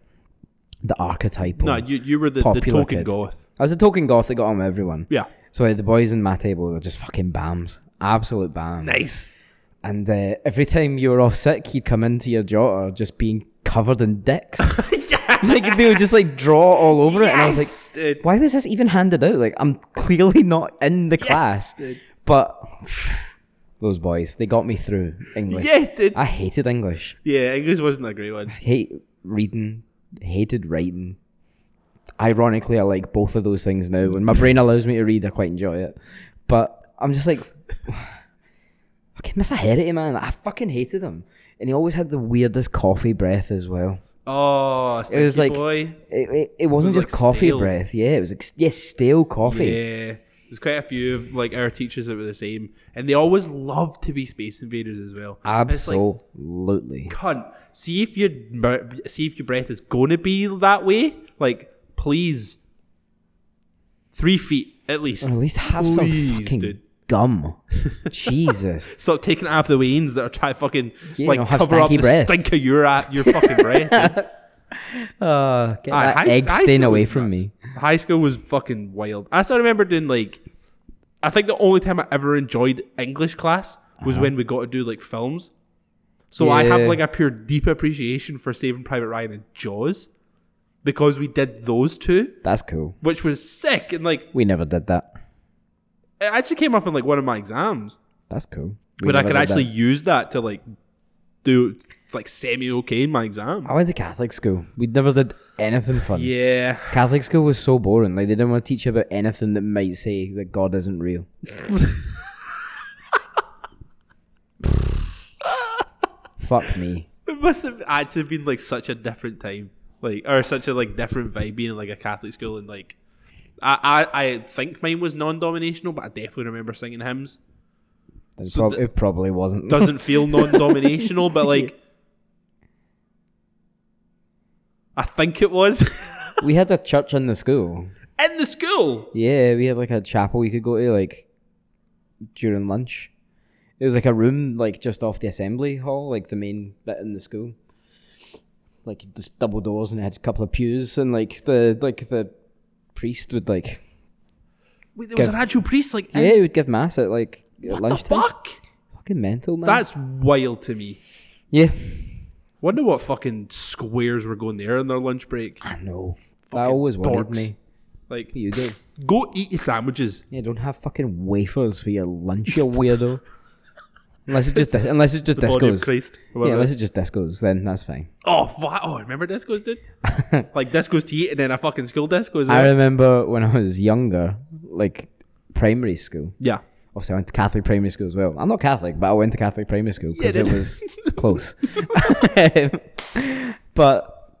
[SPEAKER 1] the archetypal.
[SPEAKER 2] No, you, you were the, the
[SPEAKER 1] Popular
[SPEAKER 2] token
[SPEAKER 1] kid.
[SPEAKER 2] goth.
[SPEAKER 1] I was a token goth that got on with everyone.
[SPEAKER 2] Yeah.
[SPEAKER 1] So like, the boys in my table were just fucking bams, absolute bams.
[SPEAKER 2] Nice.
[SPEAKER 1] And uh, every time you were off sick, you'd come into your jotter just being covered in
[SPEAKER 2] *laughs*
[SPEAKER 1] dicks. like they would just like draw all over it, and I was like,
[SPEAKER 2] Yes, dude.
[SPEAKER 1] why was this even handed out? Like I'm clearly not in the class.
[SPEAKER 2] dude.
[SPEAKER 1] But *sighs* those boys, they got me through English.
[SPEAKER 2] Yeah, dude.
[SPEAKER 1] I hated English.
[SPEAKER 2] Yeah, English wasn't a great one.
[SPEAKER 1] hate reading, hated writing. Ironically, I like both of those things now. When my brain allows me to read, I quite enjoy it. But I'm just like, *sighs* fucking Mr. Herity, man. I fucking hated him. And he always had the weirdest coffee breath as well.
[SPEAKER 2] Oh,
[SPEAKER 1] It was like,
[SPEAKER 2] boy.
[SPEAKER 1] it, it, it wasn't
[SPEAKER 2] like,
[SPEAKER 1] just coffee
[SPEAKER 2] stale.
[SPEAKER 1] breath. Yeah, it was like, yes, stale coffee.
[SPEAKER 2] Yeah. Uh, There's quite a few of like our teachers that were the same. And they always loved to be space invaders as well. And it's like,
[SPEAKER 1] Absolutely.
[SPEAKER 2] cunt. See if your mer- see if your breath is gonna be that way. Like, please. Three feet at least.
[SPEAKER 1] Or at least have
[SPEAKER 2] Please,
[SPEAKER 1] some fucking
[SPEAKER 2] dude. *laughs*
[SPEAKER 1] gum. Jesus.
[SPEAKER 2] Stop taking it out of the veins that are trying to fucking
[SPEAKER 1] Yeah,
[SPEAKER 2] like
[SPEAKER 1] no, have
[SPEAKER 2] cover up
[SPEAKER 1] stanky
[SPEAKER 2] the
[SPEAKER 1] breath.
[SPEAKER 2] stink of your a- your
[SPEAKER 1] *laughs*
[SPEAKER 2] fucking breath. dude.
[SPEAKER 1] Uh, get
[SPEAKER 2] Aye,
[SPEAKER 1] that
[SPEAKER 2] high-
[SPEAKER 1] egg
[SPEAKER 2] high
[SPEAKER 1] stain
[SPEAKER 2] school
[SPEAKER 1] away
[SPEAKER 2] was
[SPEAKER 1] from
[SPEAKER 2] nuts.
[SPEAKER 1] me.
[SPEAKER 2] High school was fucking wild. I still remember doing like I think the only time I ever enjoyed English class was when we got to do like films. So I have
[SPEAKER 1] Uh-huh. Yeah.
[SPEAKER 2] like a pure deep appreciation for Saving Private Ryan and Jaws because we did those two,
[SPEAKER 1] That's cool.
[SPEAKER 2] which was sick. And like,
[SPEAKER 1] We never did that.
[SPEAKER 2] it actually came up in like one of my exams,
[SPEAKER 1] That's cool. We
[SPEAKER 2] but I
[SPEAKER 1] never
[SPEAKER 2] could
[SPEAKER 1] did
[SPEAKER 2] actually
[SPEAKER 1] that.
[SPEAKER 2] use that to like do like semi okay in my exam.
[SPEAKER 1] I went to Catholic school. We never did anything fun.
[SPEAKER 2] Yeah.
[SPEAKER 1] Catholic school was so boring. Like they didn't want to teach you about anything that might say that God isn't
[SPEAKER 2] *laughs*
[SPEAKER 1] real. Fuck me.
[SPEAKER 2] It must have actually been like such a different time, like or such a like different vibe being in, like a Catholic school and like, I I, I think mine was non-dominational, but I definitely remember singing hymns.
[SPEAKER 1] It,
[SPEAKER 2] So
[SPEAKER 1] prob-
[SPEAKER 2] the-
[SPEAKER 1] it probably wasn't. *laughs*
[SPEAKER 2] Doesn't feel non-dominational, but like, I think it was *laughs*
[SPEAKER 1] *laughs* we had a church in the school.
[SPEAKER 2] in the school.
[SPEAKER 1] Yeah, we had like a chapel we could go to like during lunch. It was like a room like just off the assembly hall, like the main bit in the school. Like just double doors and it had a couple of pews and like the like the priest would like
[SPEAKER 2] Wait, there was
[SPEAKER 1] Give-
[SPEAKER 2] an actual priest like in
[SPEAKER 1] Yeah, he would give mass at like at
[SPEAKER 2] the
[SPEAKER 1] lunchtime.
[SPEAKER 2] fuck.
[SPEAKER 1] Fucking mental man.
[SPEAKER 2] That's wild to me.
[SPEAKER 1] yeah.
[SPEAKER 2] Wonder what fucking squares were going there on their lunch break.
[SPEAKER 1] I know. That always worried
[SPEAKER 2] dorks.
[SPEAKER 1] me.
[SPEAKER 2] Like,
[SPEAKER 1] What you do?
[SPEAKER 2] go eat your sandwiches.
[SPEAKER 1] Yeah, don't have fucking wafers for your lunch, you
[SPEAKER 2] *laughs*
[SPEAKER 1] weirdo. unless it's just unless it's just
[SPEAKER 2] The body of
[SPEAKER 1] discos.
[SPEAKER 2] Christ.
[SPEAKER 1] Yeah,
[SPEAKER 2] Whatever.
[SPEAKER 1] unless it's just discos, then that's fine.
[SPEAKER 2] Oh, fuck. Oh, remember
[SPEAKER 1] *laughs*
[SPEAKER 2] discos, dude? like discos to eat and then a fucking school disco as well.
[SPEAKER 1] I remember when I was younger, like primary school.
[SPEAKER 2] yeah.
[SPEAKER 1] Obviously, I went to Catholic primary school as well. I'm not Catholic, but I went to Catholic primary school because
[SPEAKER 2] Yeah,
[SPEAKER 1] it
[SPEAKER 2] dude.
[SPEAKER 1] was close. *laughs* but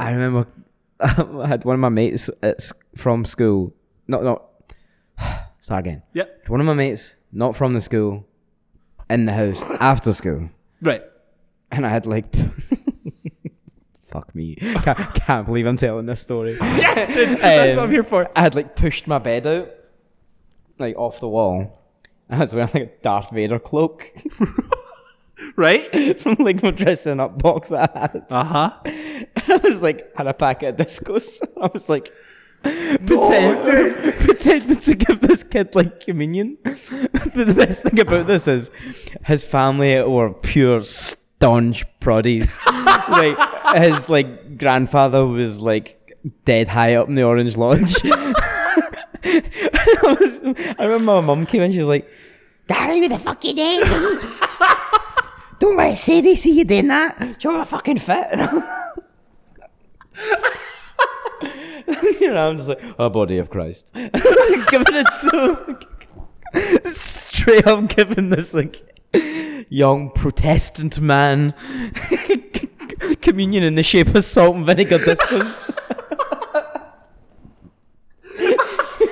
[SPEAKER 1] I remember *laughs* I had one of my mates at, s- from school. Not not. *sighs* Start again.
[SPEAKER 2] Yeah.
[SPEAKER 1] One of my mates, not from the school, in the house after school, *laughs*
[SPEAKER 2] Right.
[SPEAKER 1] and I had like. *laughs* Fuck me! *laughs* Can't, can't believe I'm telling this story.
[SPEAKER 2] Yes, dude. That's what I'm here for.
[SPEAKER 1] I had like pushed my bed out, like off the wall. *laughs* And I was wearing like a Darth Vader cloak *laughs*
[SPEAKER 2] Right?
[SPEAKER 1] from like my dressing up box I had.
[SPEAKER 2] Uh huh.
[SPEAKER 1] *laughs* I was like had a packet of discos. *laughs* I was like pretend, *laughs* pretended to give this kid like communion. *laughs* the best thing about this is his family were pure staunch proddies. *laughs* like his like grandfather was like dead high up in the orange lodge. *laughs* I, was- I remember my mum came in, she was like, Gary, what the fuck you doing? Don't let Sadie see you doing that. You're a fucking fit. you know, I'm just like, a body of Christ. *laughs* giving it so straight up giving this like young Protestant man *laughs* communion in the shape of salt and vinegar discos. *laughs*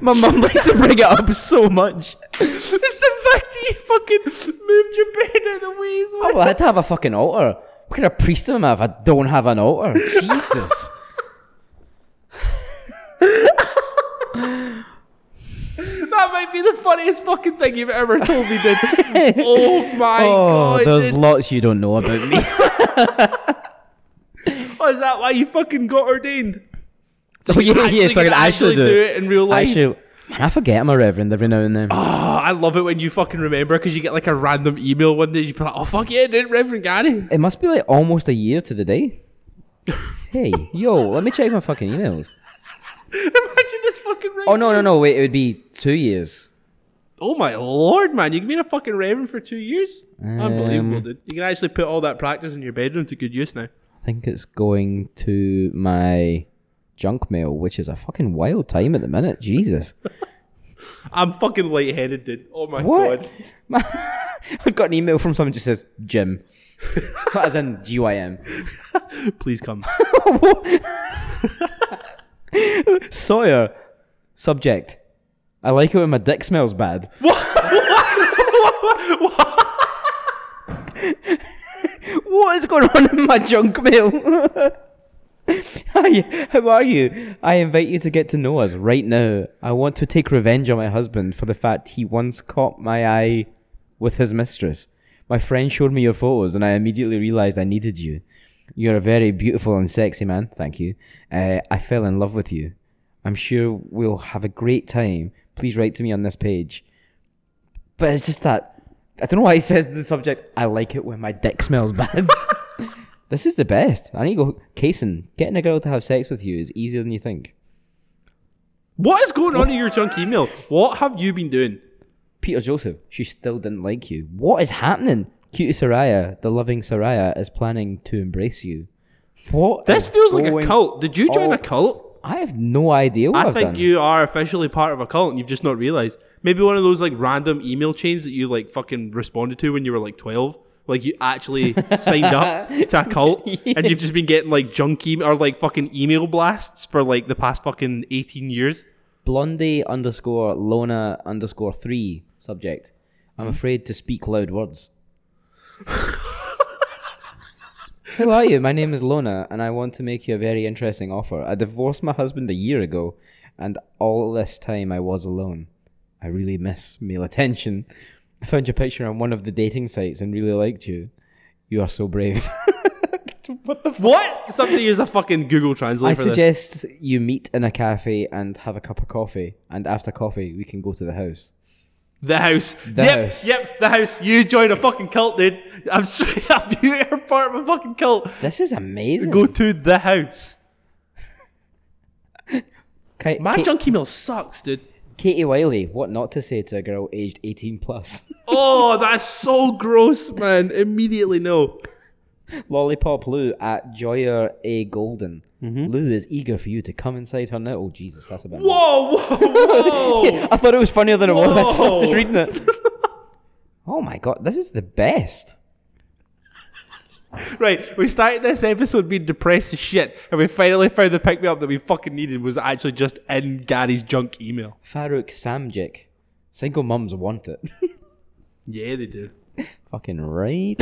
[SPEAKER 1] My mum likes to bring it up so much.
[SPEAKER 2] It's the fact that you fucking moved your bed out of the way as well.
[SPEAKER 1] Oh, well, I had to have a fucking altar. What kind of priest am I if I don't have an
[SPEAKER 2] *laughs*
[SPEAKER 1] altar? Jesus.
[SPEAKER 2] That might be the funniest fucking thing you've ever told me, dude.
[SPEAKER 1] *laughs*
[SPEAKER 2] oh my
[SPEAKER 1] Oh,
[SPEAKER 2] god.
[SPEAKER 1] there's
[SPEAKER 2] dude.
[SPEAKER 1] lots you don't know about
[SPEAKER 2] *laughs*
[SPEAKER 1] me. *laughs*
[SPEAKER 2] oh, is that why you fucking got ordained? So
[SPEAKER 1] Oh, *laughs* yeah, yeah, so I can actually do
[SPEAKER 2] it in real life.
[SPEAKER 1] Actually, man, I forget I'm a reverend every now and then.
[SPEAKER 2] Oh, I love it when you fucking remember because you get like a random email one day. You be like, "Oh fuck yeah, dude, Reverend Gary." *laughs*
[SPEAKER 1] It must be like almost a year to the day. hey, yo, let me check my fucking emails.
[SPEAKER 2] Imagine this fucking. Right
[SPEAKER 1] Oh, no, no, no, wait, it would be two years.
[SPEAKER 2] Oh my lord, man! You can be in a fucking Reverend for two years. Unbelievable,
[SPEAKER 1] Um,
[SPEAKER 2] dude. You can actually put all that practice in your bedroom to good use now.
[SPEAKER 1] I think it's going to my junk mail, which is a fucking wild time at the minute. Jesus.
[SPEAKER 2] I'm fucking lightheaded, dude. Oh my
[SPEAKER 1] What?
[SPEAKER 2] god.
[SPEAKER 1] *laughs* I got an email from someone who just says Jim. *laughs* As in G Y M.
[SPEAKER 2] Please come.
[SPEAKER 1] Sawyer. Subject. I like it when my dick smells bad. What? *laughs* what is going on in my junk mail? *laughs* Hi, how are you? I invite you to get to know us right now. I want to take revenge on my husband for the fact he once caught my eye with his mistress. My friend showed me your photos and I immediately realized I needed you. You're a very beautiful and sexy man, thank you. Uh, I fell in love with you. I'm sure we'll have a great time. Please write to me on this page. But it's just that I don't know why he says to the subject. I like it when my dick smells
[SPEAKER 2] *laughs*
[SPEAKER 1] bad. this is the best. I need to go. Kason, getting a girl to have sex with you is easier than you think.
[SPEAKER 2] What is going on in your junk email? What have you been doing?
[SPEAKER 1] Peter Joseph, she still didn't like you. What is happening? Cutie Saraya, the loving Saraya, is planning to embrace you. What?
[SPEAKER 2] This
[SPEAKER 1] is
[SPEAKER 2] feels like a
[SPEAKER 1] Oh, going-
[SPEAKER 2] cult. Did you join
[SPEAKER 1] Oh.
[SPEAKER 2] a cult?
[SPEAKER 1] I have no idea what
[SPEAKER 2] I
[SPEAKER 1] have
[SPEAKER 2] think
[SPEAKER 1] done.
[SPEAKER 2] you are officially part of a cult and you've just not realized. Maybe one of those like random email chains that you like fucking responded to when you were like 12. Like you
[SPEAKER 1] *laughs*
[SPEAKER 2] actually signed up to a cult and you've just been getting like junk email or like fucking email blasts for like the past fucking 18 years.
[SPEAKER 1] Blondie underscore Lona underscore three subject. I'm
[SPEAKER 2] Hmm?
[SPEAKER 1] afraid to speak loud words. Who are you? My name is Lona, and I want to make you a very interesting offer. I divorced my husband a year ago, and all this time I was alone. I really miss male attention. I found your picture on one of the dating sites and really liked you. You are so brave. what the
[SPEAKER 2] What? Somebody use the fucking Google Translate
[SPEAKER 1] I
[SPEAKER 2] for this.
[SPEAKER 1] suggest you meet in a cafe and have a cup of coffee, and after coffee, we can go to the house.
[SPEAKER 2] The house.
[SPEAKER 1] The
[SPEAKER 2] yep,
[SPEAKER 1] house.
[SPEAKER 2] yep, the house. You joined a fucking cult, dude. I'm straight up. *laughs* You are part of a fucking cult.
[SPEAKER 1] This is amazing.
[SPEAKER 2] Go to the house.
[SPEAKER 1] Ki-
[SPEAKER 2] My
[SPEAKER 1] Ki-
[SPEAKER 2] junk email sucks, dude.
[SPEAKER 1] Katie Wiley, what not to say to a girl aged 18 plus. *laughs*
[SPEAKER 2] Oh, that's so gross, man. Immediately no.
[SPEAKER 1] Lollipop Lou at Joyer A. Golden. Lou is eager for you to come inside her now. Oh, Jesus, that's a bit.
[SPEAKER 2] Mm-hmm. Whoa, whoa, whoa.
[SPEAKER 1] *laughs* I thought it was funnier than it was. I just
[SPEAKER 2] Whoa.
[SPEAKER 1] stopped reading it. oh my god, this is the best.
[SPEAKER 2] *laughs* right, we started this episode being depressed as shit, and we finally found the pick me up that we fucking needed was actually just in Gary's junk email.
[SPEAKER 1] Farouk Samjik. Single mums want it. *laughs*
[SPEAKER 2] Yeah, they do.
[SPEAKER 1] Fucking right.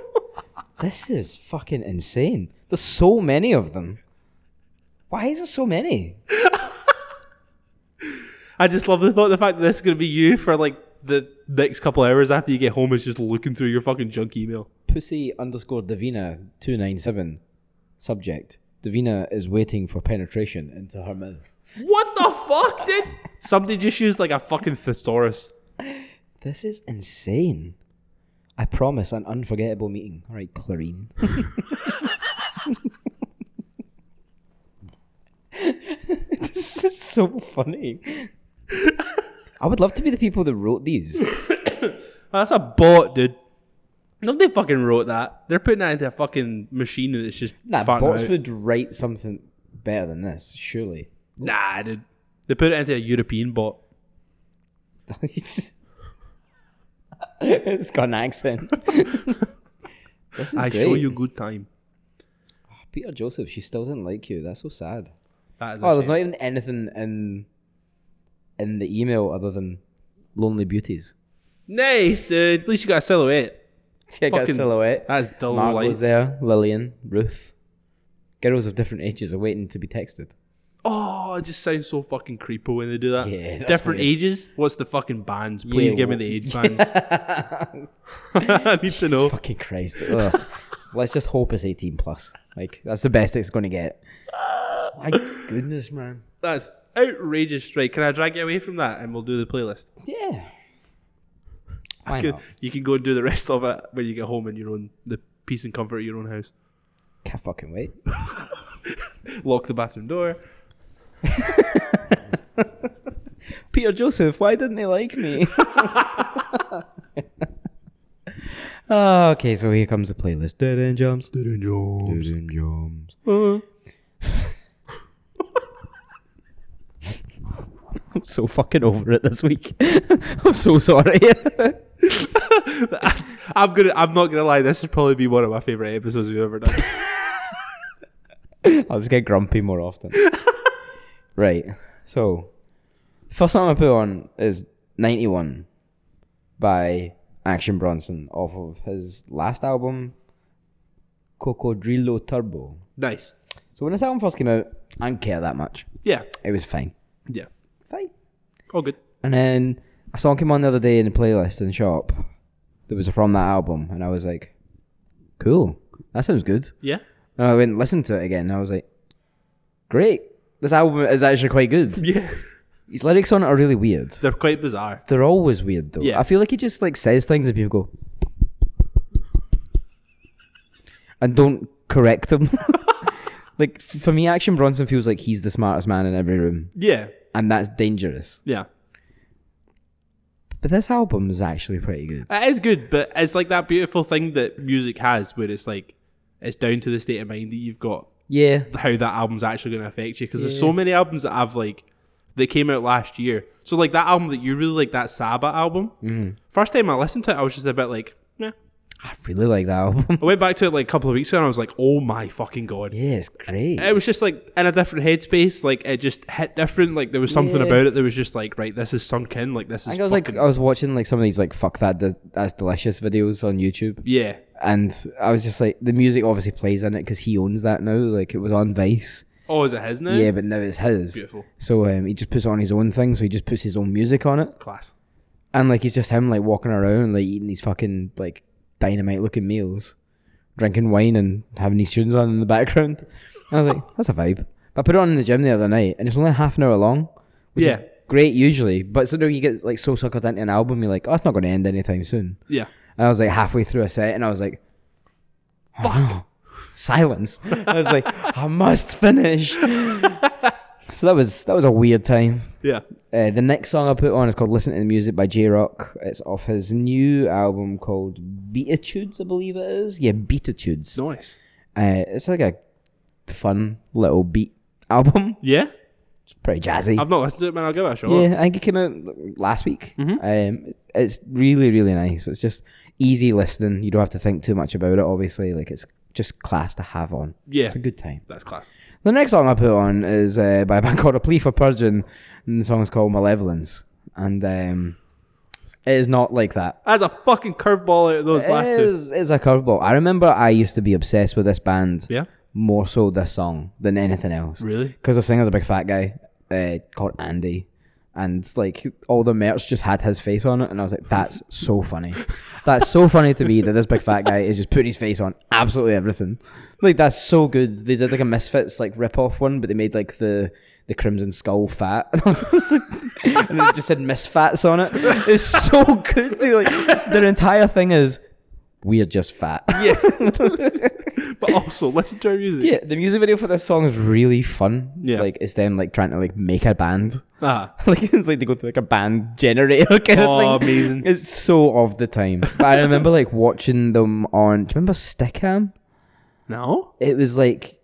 [SPEAKER 2] *laughs*
[SPEAKER 1] this is fucking insane. There's so many of them. Why is there so many?
[SPEAKER 2] I just love the thought, the fact that this is going to be you for like the next couple hours after you get home is just looking through your fucking junk email.
[SPEAKER 1] Pussy underscore Davina two nine seven. Subject: Davina is waiting for penetration into her mouth.
[SPEAKER 2] What the fuck, dude? Somebody just used like a fucking thesaurus.
[SPEAKER 1] This is insane. I promise an unforgettable meeting. All right, Clarine. *laughs* this is so funny. I would love to be the people that wrote these.
[SPEAKER 2] That's a bot, dude. Nobody fucking wrote that. They're putting that into a fucking machine and it's just
[SPEAKER 1] Nah,
[SPEAKER 2] farting
[SPEAKER 1] bots
[SPEAKER 2] out.
[SPEAKER 1] would write something better than this, surely.
[SPEAKER 2] Nah, dude. They put it into a European bot.
[SPEAKER 1] *laughs* it's got an
[SPEAKER 2] *laughs*
[SPEAKER 1] accent. this is
[SPEAKER 2] I
[SPEAKER 1] great.
[SPEAKER 2] show you good time.
[SPEAKER 1] Peter Joseph, she still didn't like you. That's so sad.
[SPEAKER 2] That is a
[SPEAKER 1] Oh, there's
[SPEAKER 2] shame.
[SPEAKER 1] not even anything in in the email other than lonely beauties. *laughs*
[SPEAKER 2] Nice, dude. At least you got a silhouette.
[SPEAKER 1] Yeah, got
[SPEAKER 2] Fucking-
[SPEAKER 1] silhouette.
[SPEAKER 2] That's dull
[SPEAKER 1] Mark
[SPEAKER 2] light.
[SPEAKER 1] was there. Lillian, Ruth, girls of different ages are waiting to be texted.
[SPEAKER 2] Oh, it just sounds so fucking creepy when they do that.
[SPEAKER 1] Yeah, that's
[SPEAKER 2] Different
[SPEAKER 1] weird.
[SPEAKER 2] ages. What's the fucking bands? Please give me
[SPEAKER 1] wha-
[SPEAKER 2] the
[SPEAKER 1] *laughs*
[SPEAKER 2] age bands. *laughs* I need to
[SPEAKER 1] Jesus
[SPEAKER 2] know.
[SPEAKER 1] fucking Christ. Ugh.
[SPEAKER 2] *laughs*
[SPEAKER 1] Let's just hope it's 18 plus. Like that's the best it's going to get.
[SPEAKER 2] *laughs*
[SPEAKER 1] My goodness, man.
[SPEAKER 2] That's outrageous. Right? Can I drag you away from that and we'll do the playlist?
[SPEAKER 1] Yeah. Why
[SPEAKER 2] Good.
[SPEAKER 1] not?
[SPEAKER 2] You can go and do the rest of it when you get home in your own the peace and comfort of your own house.
[SPEAKER 1] Can't fucking wait.
[SPEAKER 2] Lock the bathroom door.
[SPEAKER 1] *laughs* Peter Joseph, why didn't they like *laughs* me? oh, okay, so here comes the playlist. Dead end jumps. Dead end jumps. Uh-huh. Dead end jumps. *laughs* I'm so fucking over it this week. *laughs* I'm so sorry. *laughs*
[SPEAKER 2] I'm gonna. I'm not gonna lie. This has probably been one of my favorite episodes we've ever done. *laughs*
[SPEAKER 1] I'll just get grumpy more often. *laughs* right. So, first song I put on is 91 by Action Bronson off of his last album, Cocodrillo Turbo.
[SPEAKER 2] nice.
[SPEAKER 1] So, when this album first came out, I didn't care that much.
[SPEAKER 2] Yeah.
[SPEAKER 1] It was fine.
[SPEAKER 2] Yeah.
[SPEAKER 1] Fine.
[SPEAKER 2] All good.
[SPEAKER 1] And then a song came on the other day in the playlist in the shop that was from that album, and I was like, cool, that sounds good.
[SPEAKER 2] Yeah.
[SPEAKER 1] And I went and listened to it again, and I was like, great, This album is actually quite good.
[SPEAKER 2] Yeah, *laughs*
[SPEAKER 1] His lyrics on it are really weird.
[SPEAKER 2] they're quite bizarre.
[SPEAKER 1] They're always weird though.
[SPEAKER 2] Yeah.
[SPEAKER 1] I feel like he just like says things and people go and don't correct him. *laughs* like f- for me, Action Bronson feels like he's the smartest man in every room,
[SPEAKER 2] Yeah,
[SPEAKER 1] and that's dangerous.
[SPEAKER 2] yeah.
[SPEAKER 1] But this album is actually pretty good.
[SPEAKER 2] It is good, but it's like that beautiful thing that music has, where it's like it's down to the state of mind that you've got,
[SPEAKER 1] Yeah,
[SPEAKER 2] how that album's actually going to affect you. Because there's so many albums that I've like that came out last year. So like that album that you really like, that Saba album.
[SPEAKER 1] Mm-hmm.
[SPEAKER 2] First time I listened to it, I was just a bit like, meh.
[SPEAKER 1] I really like that *laughs* album.
[SPEAKER 2] I went back to it like a couple of weeks ago, and I was like, oh my fucking god.
[SPEAKER 1] Yeah, it's great.
[SPEAKER 2] It was just like in a different headspace, like it just hit different. Like there was something
[SPEAKER 1] Yeah.
[SPEAKER 2] about it that was just like, right, this is sunk in. Like this
[SPEAKER 1] I
[SPEAKER 2] is
[SPEAKER 1] think I was like,
[SPEAKER 2] fucking-
[SPEAKER 1] I was watching like some of these like "fuck that, Di- that's delicious" videos on YouTube,
[SPEAKER 2] yeah,
[SPEAKER 1] and I was just like, the music obviously plays in it because he owns that now. Like it was on Vice,
[SPEAKER 2] oh, is it his now?
[SPEAKER 1] yeah, but now it's his.
[SPEAKER 2] beautiful,
[SPEAKER 1] So um, he just puts it on his own thing. So he just puts his own music on it,
[SPEAKER 2] class.
[SPEAKER 1] and like he's just him like walking around, like eating these fucking like dynamite looking meals, drinking wine, and having these tunes on in the background. *laughs* And I was like, that's a vibe. But I put it on in the gym the other night, and it's only half an hour long, which
[SPEAKER 2] Yeah.
[SPEAKER 1] is great usually. But so now you get like so suckered into an album, you're like, oh, it's not going to end anytime soon.
[SPEAKER 2] Yeah,
[SPEAKER 1] And I was like halfway through a set, and I was like, "Fuck, silence!" I was like, "I must finish." so that was that was a weird time.
[SPEAKER 2] yeah.
[SPEAKER 1] Uh, the next song I put on is called "Listen to the Music" by J Rock. It's off his new album called Beatitudes, I believe it is. Yeah, Beatitudes.
[SPEAKER 2] Nice.
[SPEAKER 1] Uh, it's like a fun little beat album.
[SPEAKER 2] Yeah,
[SPEAKER 1] It's pretty jazzy.
[SPEAKER 2] I've not listened to it, man. I'll give it a shot.
[SPEAKER 1] Yeah, I think it came out last week.
[SPEAKER 2] Mm-hmm.
[SPEAKER 1] Um, it's really, really nice. It's just easy listening. You don't have to think too much about it. Obviously, like it's just class to have on.
[SPEAKER 2] Yeah.
[SPEAKER 1] it's a good time.
[SPEAKER 2] That's class.
[SPEAKER 1] The next song I put on is uh, by a band *laughs* called A Plea for Purging, and the song is called Malevolence. And um, it is not like that.
[SPEAKER 2] That's a fucking curveball out of those last
[SPEAKER 1] It
[SPEAKER 2] two.
[SPEAKER 1] is, it's a curveball. I remember I used to be obsessed with this band
[SPEAKER 2] Yeah.
[SPEAKER 1] more so this song than anything else
[SPEAKER 2] Really?
[SPEAKER 1] because the singer's a big fat guy uh, called Andy, and like all the merch just had his face on it, and I was like, "That's so funny. That's so funny to me that this big fat guy is just putting his face on absolutely everything. Like that's so good. They did like a Misfits like rip off one, but they made like the the Crimson Skull fat, *laughs* and, I was like- and it just said Misfats on it. It's so good. They, like their entire thing is. We are just fat.
[SPEAKER 2] Yeah. but also, listen to our music.
[SPEAKER 1] Yeah, the music video for this song is really fun.
[SPEAKER 2] Yeah.
[SPEAKER 1] Like it's them like trying to like make a band.
[SPEAKER 2] Ah,
[SPEAKER 1] *laughs* like it's like they go through like a band generator *laughs* kind
[SPEAKER 2] Oh,
[SPEAKER 1] of thing. *laughs*
[SPEAKER 2] amazing.
[SPEAKER 1] It's so of the time. But I remember like watching them on. Do you remember Stickham?
[SPEAKER 2] no?
[SPEAKER 1] It was like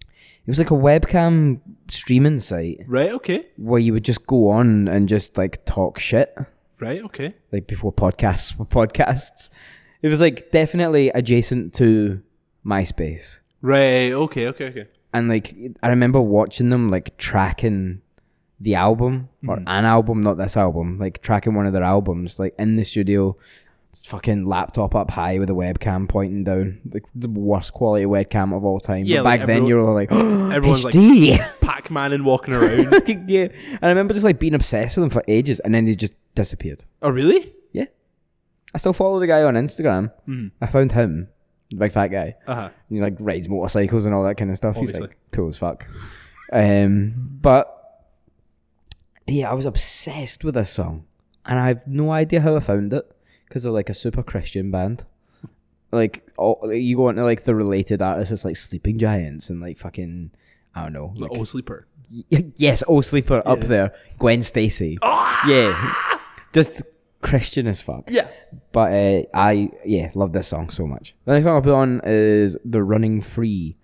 [SPEAKER 1] it was like a webcam streaming site
[SPEAKER 2] Right, okay.
[SPEAKER 1] where you would just go on and just like talk shit
[SPEAKER 2] Right, okay.
[SPEAKER 1] like before podcasts were podcasts. It was like definitely adjacent to MySpace.
[SPEAKER 2] Right, okay, okay, okay.
[SPEAKER 1] *gasps* and like I remember watching them like tracking the album or
[SPEAKER 2] Mm.
[SPEAKER 1] an album, not this album, like tracking one of their albums, like in the studio, s- fucking laptop up high with a webcam pointing down, like the worst quality webcam of all time.
[SPEAKER 2] Yeah,
[SPEAKER 1] but
[SPEAKER 2] like
[SPEAKER 1] back then you were like,
[SPEAKER 2] *clears throat*
[SPEAKER 1] *gasps*
[SPEAKER 2] Everyone's like
[SPEAKER 1] HD. *laughs*
[SPEAKER 2] Pac Man and walking around.
[SPEAKER 1] yeah, and I remember just like being obsessed with them for ages, and then they just disappeared.
[SPEAKER 2] oh, really?
[SPEAKER 1] Yeah, I still follow the guy on Instagram.
[SPEAKER 2] Mm.
[SPEAKER 1] I found him, the big fat guy.
[SPEAKER 2] Uh huh.
[SPEAKER 1] And He like rides motorcycles and all that kind of stuff. He's
[SPEAKER 2] Obviously.
[SPEAKER 1] like cool as fuck. Um, but yeah, I was obsessed with this song, and I have no idea how I found it because they're like a super Christian band. Like all, like, you go into like the related artists, it's like Sleeping Giants and like fucking I don't know.
[SPEAKER 2] The
[SPEAKER 1] Like,
[SPEAKER 2] old sleeper.
[SPEAKER 1] y- *laughs* yes, oh sleeper up there, Gwen Stacy. Yeah, just Christian as fuck.
[SPEAKER 2] Yeah.
[SPEAKER 1] But uh, I yeah love this song so much. The next song I'll put on is "The Running Free"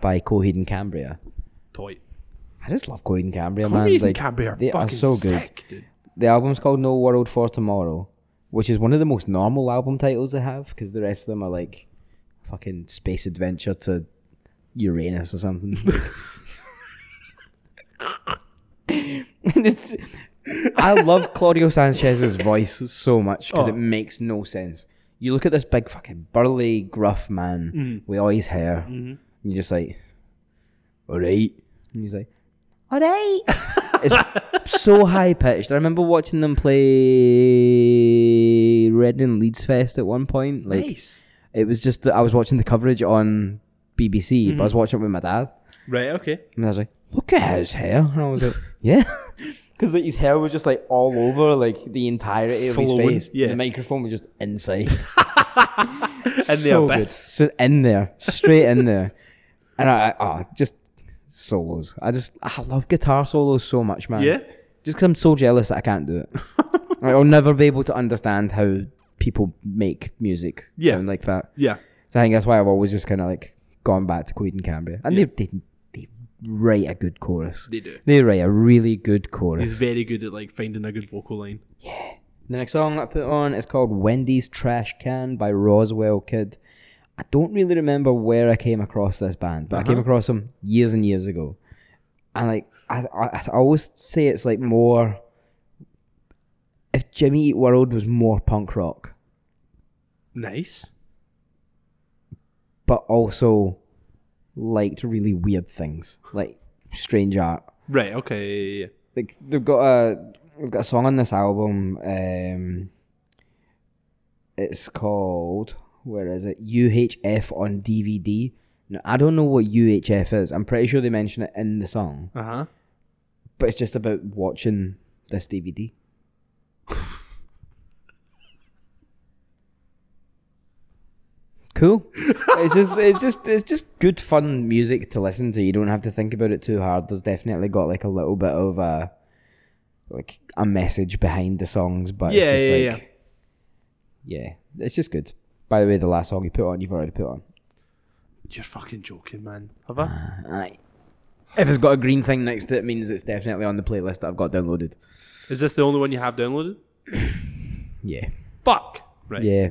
[SPEAKER 1] by Coheed and Cambria.
[SPEAKER 2] Toy.
[SPEAKER 1] I just love Coheed and Cambria, man.
[SPEAKER 2] Comedy
[SPEAKER 1] Like,
[SPEAKER 2] can be are
[SPEAKER 1] they are
[SPEAKER 2] fucking
[SPEAKER 1] so good.
[SPEAKER 2] sick, dude.
[SPEAKER 1] The album's called "No World for Tomorrow," which is one of the most normal album titles they have because the rest of them are like fucking space adventure to Uranus or something. *laughs* and it's, I love Claudio Sanchez's voice so much because it makes no sense. You look at this big fucking burly gruff man with all his hair, and you're just like, "All right," and he's like, "All right." *laughs* it's so high pitched. I remember watching them play Reading Leeds Fest at one point. Like
[SPEAKER 2] Nice.
[SPEAKER 1] it was just that I was watching the coverage on BBC, but I was watching it with my dad,
[SPEAKER 2] Right. Okay.
[SPEAKER 1] and I was like, "Look at his hair," and I was *laughs* like, "Yeah." Because like, his hair was just like all over, like the entirety of
[SPEAKER 2] Flowing,
[SPEAKER 1] his face.
[SPEAKER 2] yeah.
[SPEAKER 1] The microphone was just inside.
[SPEAKER 2] And the
[SPEAKER 1] *laughs* so good.
[SPEAKER 2] abyss.
[SPEAKER 1] So in there, straight in there, and I, I oh, just solos. I just I love guitar solos so much, man.
[SPEAKER 2] Yeah.
[SPEAKER 1] Just because I'm so jealous that I can't
[SPEAKER 2] *laughs*
[SPEAKER 1] do it. Like, I'll never be able to understand how people make music
[SPEAKER 2] Yeah.
[SPEAKER 1] sound like that.
[SPEAKER 2] Yeah.
[SPEAKER 1] So I think that's why I've always just kind of like gone back to Queen and Cambria, and they, they they write a good chorus.
[SPEAKER 2] They do.
[SPEAKER 1] They write a really good chorus.
[SPEAKER 2] He's very good at like finding a good vocal line.
[SPEAKER 1] The next song I put on is called Wendy's Trash Can by Roswell Kid. I don't really remember where I came across this band, but I came across them years and years ago. And like I, I, I always say it's like more if Jimmy Eat World was more punk rock,
[SPEAKER 2] Nice.
[SPEAKER 1] but also liked really weird things like strange art.
[SPEAKER 2] Right. Okay. Yeah.
[SPEAKER 1] like they've got a they've got a song on this album. Um, it's called where is it? UHF on DVD. Now I don't know what UHF is. I'm pretty sure they mention it in the song,
[SPEAKER 2] Uh huh.
[SPEAKER 1] but it's just about watching this DVD. Cool. it's just it's just it's just good fun music to listen to. You don't have to think about it too hard. There's definitely got like a little bit of a like a message behind the songs, but
[SPEAKER 2] Yeah,
[SPEAKER 1] it's just
[SPEAKER 2] yeah,
[SPEAKER 1] like yeah. It's just good. By the way, the last song you put on, you've already put on.
[SPEAKER 2] You're fucking joking, man. Have I?
[SPEAKER 1] Uh. Aye. If it's got a green thing next to it, it means it's definitely on the playlist that I've got downloaded.
[SPEAKER 2] Is this the only one you have downloaded?
[SPEAKER 1] Yeah.
[SPEAKER 2] Fuck. Right.
[SPEAKER 1] Yeah.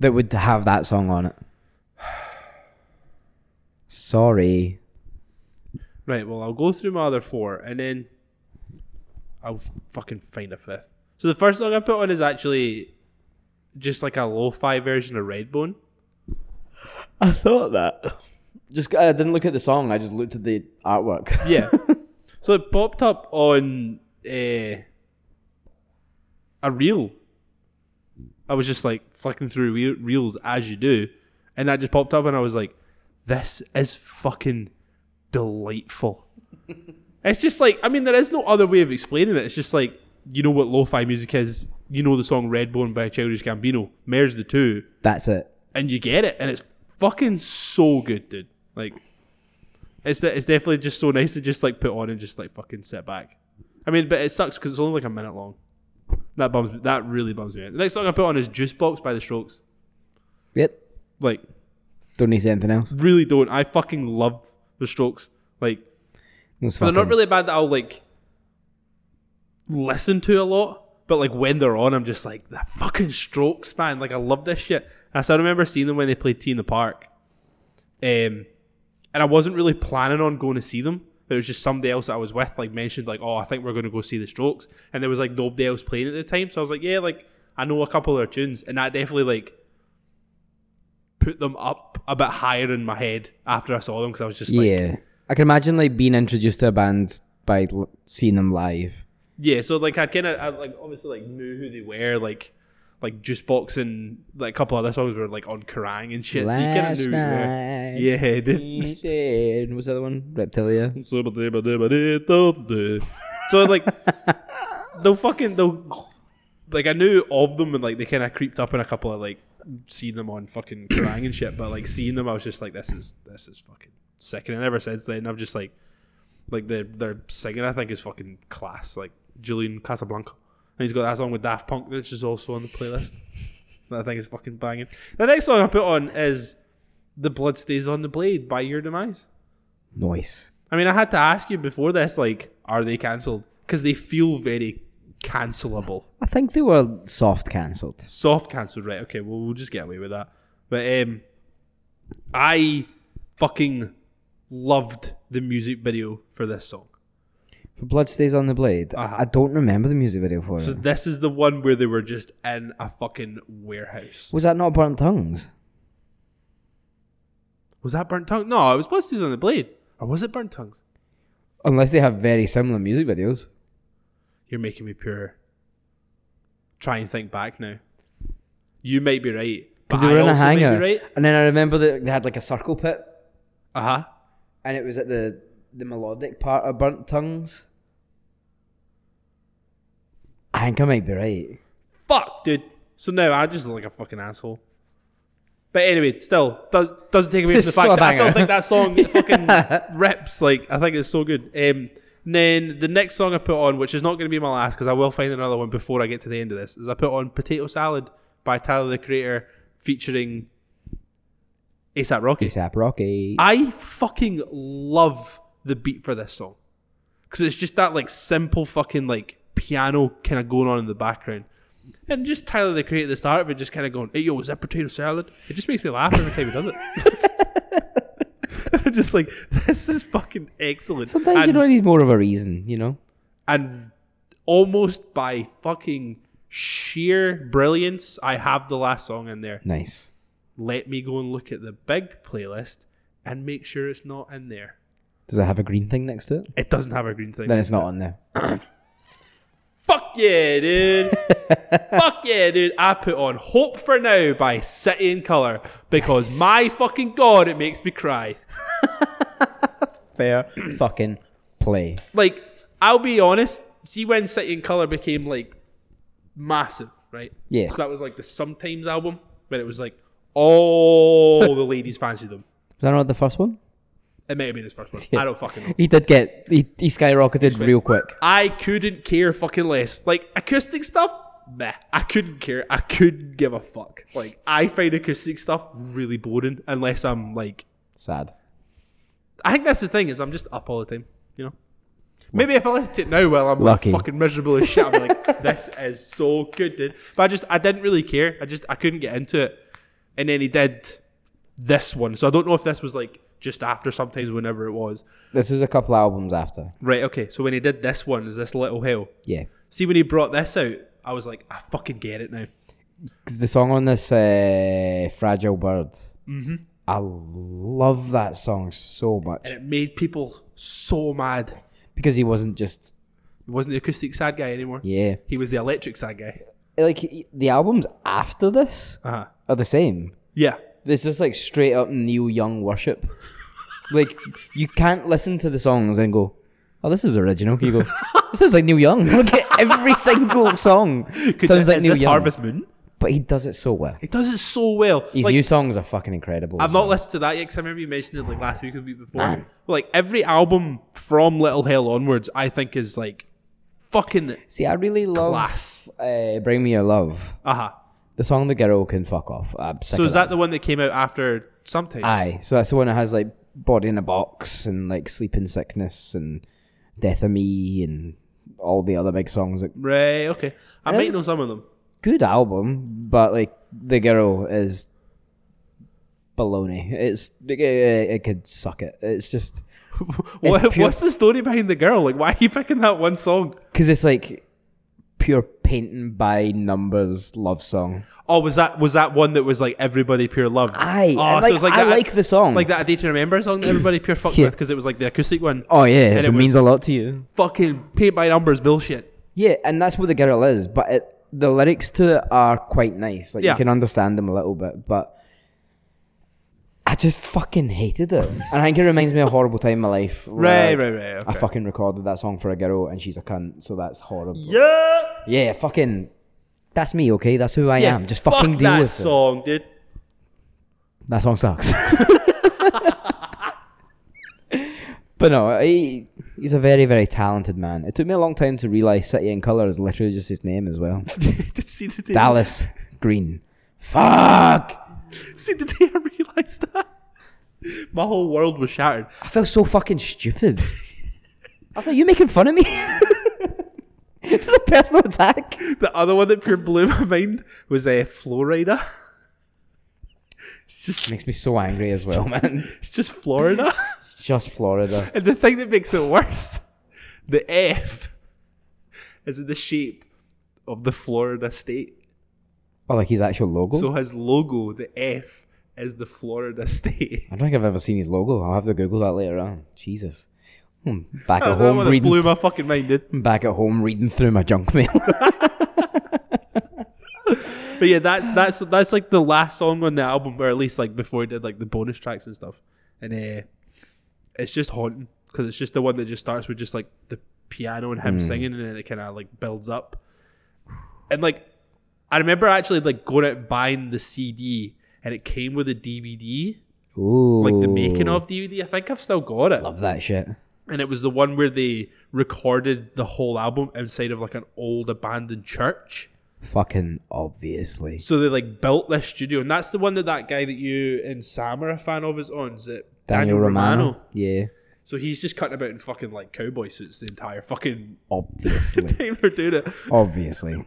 [SPEAKER 1] That would have that song on it. Sorry.
[SPEAKER 2] Right. Well, I'll go through my other four, and then I'll f- fucking find a fifth. So the first song I put on is actually just like a lo-fi version of Redbone.
[SPEAKER 1] I thought that. Just I didn't look at the song, I just looked at the artwork. *laughs*
[SPEAKER 2] Yeah. so it popped up on uh, a reel. I was just like flicking through re- reels as you do, and that just popped up, and I was like, "This is fucking delightful." it's just like I mean, there is no other way of explaining it. It's just like you know what lo-fi music is. You know the song "Redbone" by Childish Gambino. Mares the two
[SPEAKER 1] That's it.
[SPEAKER 2] and you get it, and it's fucking so good, dude. Like, it's de- it's definitely just so nice to just like put on and just like fucking sit back. I mean, but it sucks because it's only like a minute long. That bums that really bums me out. The next song I put on is Juice Box by The Strokes.
[SPEAKER 1] Yep.
[SPEAKER 2] Like,
[SPEAKER 1] Don't need to say anything else.
[SPEAKER 2] really don't. I fucking love The Strokes. Like,
[SPEAKER 1] Those
[SPEAKER 2] they're not
[SPEAKER 1] fucking-
[SPEAKER 2] really a band that I'll like listen to a lot, but like when they're on, I'm just like the fucking Strokes, man. Like I love this shit. And I still remember seeing them when they played Tea in the Park, um, and I wasn't really planning on going to see them. But it was just somebody else that I was with, like mentioned, like, oh, I think we're gonna go see the Strokes, and there was like nobody else playing at the time, so I was like, yeah, like I know a couple of their tunes, and that definitely like put them up a bit higher in my head after I saw them because I was just like,
[SPEAKER 1] yeah. I can imagine like being introduced to a band by l- seeing them live.
[SPEAKER 2] Yeah, so like I kind of I like obviously like knew who they were, like like Juicebox and like a couple other songs were like on Kerrang and shit. so you kind of knew.
[SPEAKER 1] Last
[SPEAKER 2] Who
[SPEAKER 1] night.
[SPEAKER 2] they were. Yeah, dude.
[SPEAKER 1] he said- What's the other one? Reptilia.
[SPEAKER 2] so like they'll fucking they'll like I knew of them and like they kind of creeped up in a couple of like seeing them on fucking *coughs* Kerrang and shit, but like seeing them, I was just like, this is this is fucking sick. And ever since then, I've just like like their their singing, I think is fucking class. Like Julian Casablanca, and he's got that song with Daft Punk, which is also on the playlist. that I think is fucking banging. The next song I put on is "The Blood Stays on the Blade" by Your Demise.
[SPEAKER 1] Noise.
[SPEAKER 2] I mean, I had to ask you before this, like, are they cancelled? Because they feel very cancelable.
[SPEAKER 1] I think they were soft cancelled.
[SPEAKER 2] Soft cancelled, right? Okay, well, we'll just get away with that. But um, I fucking loved the music video for this song.
[SPEAKER 1] For Blood Stays on the Blade. I-
[SPEAKER 2] Uh-huh.
[SPEAKER 1] I don't remember the music video for
[SPEAKER 2] So
[SPEAKER 1] it.
[SPEAKER 2] this is the one where they were just in a fucking warehouse.
[SPEAKER 1] Was that not Burnt Tongues?
[SPEAKER 2] Was that Burnt Tongue? No, it was Blood Stains on the Blade. Or was it Burnt Tongues?
[SPEAKER 1] Unless they have very similar music videos.
[SPEAKER 2] You're making me pure. Try and think back now. You might be right.
[SPEAKER 1] Because
[SPEAKER 2] but
[SPEAKER 1] they were
[SPEAKER 2] I
[SPEAKER 1] in a
[SPEAKER 2] also might be
[SPEAKER 1] hangar.
[SPEAKER 2] right.
[SPEAKER 1] And then I remember that they had like a circle pit
[SPEAKER 2] Uh huh.
[SPEAKER 1] and it was at the the melodic part of Burnt Tongues. I think I might be right.
[SPEAKER 2] Fuck, dude. So now I just look like a fucking asshole. But anyway, still does doesn't take
[SPEAKER 1] *laughs*
[SPEAKER 2] away from the
[SPEAKER 1] It's still a
[SPEAKER 2] fact that I still
[SPEAKER 1] banger.
[SPEAKER 2] think that
[SPEAKER 1] *laughs*
[SPEAKER 2] song fucking rips. Like I think it's so good. Um, and then the next song I put on, which is not going to be my last because I will find another one before I get to the end of this, is I put on "Potato Salad" by Tyler the Creator featuring ASAP Rocky.
[SPEAKER 1] ASAP Rocky.
[SPEAKER 2] I fucking love the beat for this song because it's just that like simple fucking like piano kind of going on in the background, and just Tyler the Creator at the start of it just kind of going, "Hey yo, is that potato salad?" It just makes me laugh every time he does it. *laughs* I'm just like, this is fucking excellent.
[SPEAKER 1] Sometimes
[SPEAKER 2] and,
[SPEAKER 1] you don't need more of a reason, you know.
[SPEAKER 2] and almost by fucking sheer brilliance, I have the last song in there.
[SPEAKER 1] Nice.
[SPEAKER 2] Let me go and look at the big playlist and make sure it's not in there.
[SPEAKER 1] Does it have a green thing next to it?
[SPEAKER 2] It doesn't have a green thing.
[SPEAKER 1] Then it's not on there.
[SPEAKER 2] Fuck yeah, dude. Fuck yeah, dude. I put on Hope for Now by City in Colour because my fucking god, it makes me cry. *coughs*
[SPEAKER 1] Fair fucking play.
[SPEAKER 2] Like, I'll be honest, see when City in Colour became like massive, right?
[SPEAKER 1] Yeah.
[SPEAKER 2] So that was like the Sometimes album, when it was like all the ladies fancied them.
[SPEAKER 1] Was that not the first one?
[SPEAKER 2] It may have been his first one. I don't fucking know.
[SPEAKER 1] He did get he, he skyrocketed real quick.
[SPEAKER 2] I couldn't care fucking less. Like acoustic stuff, meh. I couldn't care. I couldn't give a fuck. Like I find acoustic stuff really boring unless I'm like.
[SPEAKER 1] Sad.
[SPEAKER 2] I think that's the thing is I'm just up all the time. You know. Maybe if I listen to it now while I'm
[SPEAKER 1] Lucky.
[SPEAKER 2] fucking miserable as shit, I'm like, *laughs* this is so good, dude. But I just, I didn't really care. I just, I couldn't get into it. And then he did this one. So I don't know if this was like just after sometimes, whenever it was.
[SPEAKER 1] This was a couple albums after.
[SPEAKER 2] Right, okay. So when he did this one, is this Little Hell?
[SPEAKER 1] Yeah.
[SPEAKER 2] See, when he brought this out, I was like, I fucking get it now.
[SPEAKER 1] Because the song on this, uh, Fragile Bird,
[SPEAKER 2] Mm-hmm.
[SPEAKER 1] I love that song so
[SPEAKER 2] And
[SPEAKER 1] much.
[SPEAKER 2] it made people so mad.
[SPEAKER 1] Because he wasn't just,
[SPEAKER 2] He wasn't the acoustic sad guy anymore.
[SPEAKER 1] yeah.
[SPEAKER 2] He was the electric sad guy.
[SPEAKER 1] Like, he- the albums after this
[SPEAKER 2] Uh-huh.
[SPEAKER 1] are the same.
[SPEAKER 2] Yeah.
[SPEAKER 1] This is like straight up Neil Young
[SPEAKER 2] *laughs*
[SPEAKER 1] worship. like, you can't listen to the songs and go, oh, this is original. You go, this sounds like Neil Young. *laughs* Look at every single
[SPEAKER 2] *laughs*
[SPEAKER 1] song. sounds like
[SPEAKER 2] is
[SPEAKER 1] Neil
[SPEAKER 2] this
[SPEAKER 1] Young.
[SPEAKER 2] Harvest Moon?
[SPEAKER 1] But he does it so well.
[SPEAKER 2] It does it so well.
[SPEAKER 1] His
[SPEAKER 2] like,
[SPEAKER 1] new songs are fucking incredible.
[SPEAKER 2] I've
[SPEAKER 1] as
[SPEAKER 2] not
[SPEAKER 1] well.
[SPEAKER 2] listened to that yet because I remember you mentioned it like last week or the week before. Like every album from Little Hell onwards, I think is like fucking
[SPEAKER 1] See, I really
[SPEAKER 2] Class.
[SPEAKER 1] love uh, Bring Me Your Love.
[SPEAKER 2] uh-huh.
[SPEAKER 1] The song The Girl Can Fuck Off. I'm sick
[SPEAKER 2] So
[SPEAKER 1] of
[SPEAKER 2] is that the one that came out after sometimes?
[SPEAKER 1] Aye. So that's the one that has like Body in a Box and like Sleeping Sickness and Death of Me and all the other big songs. Like,
[SPEAKER 2] Right, okay. I might
[SPEAKER 1] is-
[SPEAKER 2] know some of them.
[SPEAKER 1] good album, but like The Girl is baloney. It's it, it could suck it. It's just
[SPEAKER 2] What,
[SPEAKER 1] pure-
[SPEAKER 2] What's the story behind the girl? Like, why are you picking that one song?
[SPEAKER 1] because it's like pure painting by numbers love song.
[SPEAKER 2] Oh, was that was that one that was like everybody pure love?
[SPEAKER 1] Aye,
[SPEAKER 2] oh,
[SPEAKER 1] and, like, I like the song.
[SPEAKER 2] like that. A Day to Remember
[SPEAKER 1] *clears throat*
[SPEAKER 2] song that everybody pure fucked
[SPEAKER 1] Yeah.
[SPEAKER 2] with because it was like the acoustic one.
[SPEAKER 1] Oh yeah, if
[SPEAKER 2] it
[SPEAKER 1] it,
[SPEAKER 2] was-
[SPEAKER 1] means a lot to you.
[SPEAKER 2] Fucking paint by numbers bullshit.
[SPEAKER 1] Yeah, and that's what the girl is, but it, the lyrics to it are quite nice. Like
[SPEAKER 2] Yeah.
[SPEAKER 1] you can understand them a little bit, but I just fucking hated it. and I think it reminds me of a horrible time in my
[SPEAKER 2] *laughs*
[SPEAKER 1] life. where,
[SPEAKER 2] Right, right, right.
[SPEAKER 1] I
[SPEAKER 2] Okay.
[SPEAKER 1] fucking recorded that song for a girl and she's a cunt, so that's horrible. Yeah,
[SPEAKER 2] yeah,
[SPEAKER 1] fucking that's me, okay? That's who I
[SPEAKER 2] yeah.
[SPEAKER 1] am. Just fucking
[SPEAKER 2] fuck
[SPEAKER 1] deal
[SPEAKER 2] that
[SPEAKER 1] with
[SPEAKER 2] song, dude. *laughs*
[SPEAKER 1] it. That song sucks. but no, he, he's a very, very talented man. It took me a long time to realise City in Colour is literally just his name as well.
[SPEAKER 2] did see the day?
[SPEAKER 1] Dallas Green. Fuck!
[SPEAKER 2] See the day I realized that. *laughs* My whole world was shattered.
[SPEAKER 1] I felt so fucking stupid. I was like, you making fun of me? *laughs* this is a personal attack.
[SPEAKER 2] The other one that pure blew my mind was a uh, Florida. *laughs* It's just,
[SPEAKER 1] Makes me so angry as well, man.
[SPEAKER 2] *laughs* it's just Florida. *laughs*
[SPEAKER 1] It's just Florida.
[SPEAKER 2] And the thing that makes it worse, the F is in the shape of the Florida state.
[SPEAKER 1] Oh, like his actual logo?
[SPEAKER 2] So his logo, the F, is the Florida *laughs* state.
[SPEAKER 1] I don't think I've ever seen his logo. I'll have to Google that later on. Jesus. Hmm, Back
[SPEAKER 2] That
[SPEAKER 1] at
[SPEAKER 2] was the one
[SPEAKER 1] home
[SPEAKER 2] that blew
[SPEAKER 1] reading.
[SPEAKER 2] my fucking mind, dude.
[SPEAKER 1] Back at home reading through my junk mail. *laughs*
[SPEAKER 2] But yeah, that's that's that's like the last song on the album, or at least like before he did like the bonus tracks and stuff. And uh, it's just haunting because it's just the one that just starts with just like the piano and him
[SPEAKER 1] Mm.
[SPEAKER 2] singing, and then it kind of like builds up. And like, I remember actually like going out and buying the CD, and it came with a DVD,
[SPEAKER 1] Ooh.
[SPEAKER 2] like the making of DVD. I think I've still got it,
[SPEAKER 1] Love that shit.
[SPEAKER 2] and it was the one where they recorded the whole album outside of like an old abandoned church.
[SPEAKER 1] Fucking obviously.
[SPEAKER 2] So they like built this studio, and that's the one that that guy that you and Sam are a fan of is on. Is it Daniel, Romano?
[SPEAKER 1] Yeah.
[SPEAKER 2] So he's just cutting about in fucking like cowboy suits the entire fucking *laughs*
[SPEAKER 1] Obviously.
[SPEAKER 2] time they're doing it.
[SPEAKER 1] obviously.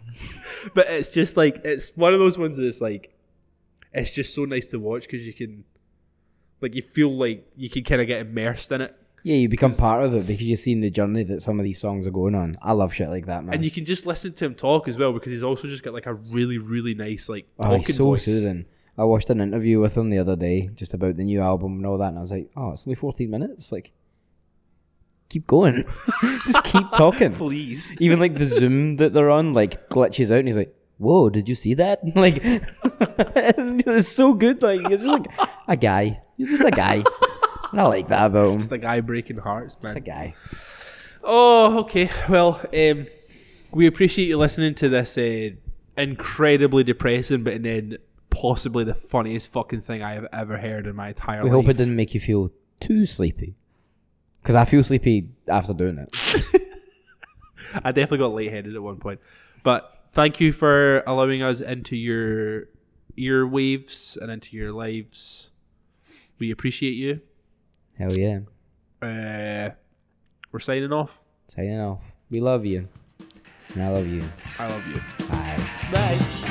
[SPEAKER 2] But it's just like it's one of those ones that's like it's just so nice to watch because you can like you feel like you can kind of get immersed in it,
[SPEAKER 1] Yeah, you become part of it because you've seen the journey that some of these songs are going on. I love shit like that, man.
[SPEAKER 2] and you can just listen to him talk as well because he's also just got like a really really nice like
[SPEAKER 1] Oh,
[SPEAKER 2] talking
[SPEAKER 1] he's so
[SPEAKER 2] voice.
[SPEAKER 1] soothing. I watched an interview with him the other day just about the new album and all that, and I was like, oh, it's only 14 minutes. Like, keep going. *laughs* just
[SPEAKER 2] *laughs*
[SPEAKER 1] keep talking.
[SPEAKER 2] Please,
[SPEAKER 1] Even like the Zoom that they're on, like, glitches out, and he's like, whoa, did you see that? *laughs* Like, and it's so good. Like, you're just like a guy. You're just a guy. and I like that about him.
[SPEAKER 2] it's the guy breaking hearts, man.
[SPEAKER 1] It's a guy.
[SPEAKER 2] Oh, okay. Well, um, we appreciate you listening to this uh, incredibly depressing, but then possibly the funniest fucking thing I have ever heard in my entire
[SPEAKER 1] We
[SPEAKER 2] life.
[SPEAKER 1] hope it didn't make you feel too sleepy. Because I feel sleepy after doing it.
[SPEAKER 2] I definitely got lightheaded at one point. But thank you for allowing us into your ear waves and into your lives. We appreciate you.
[SPEAKER 1] Hell yeah.
[SPEAKER 2] Uh, we're signing off.
[SPEAKER 1] Signing off. We love you. And I love you.
[SPEAKER 2] I love you.
[SPEAKER 1] Bye.
[SPEAKER 2] Bye.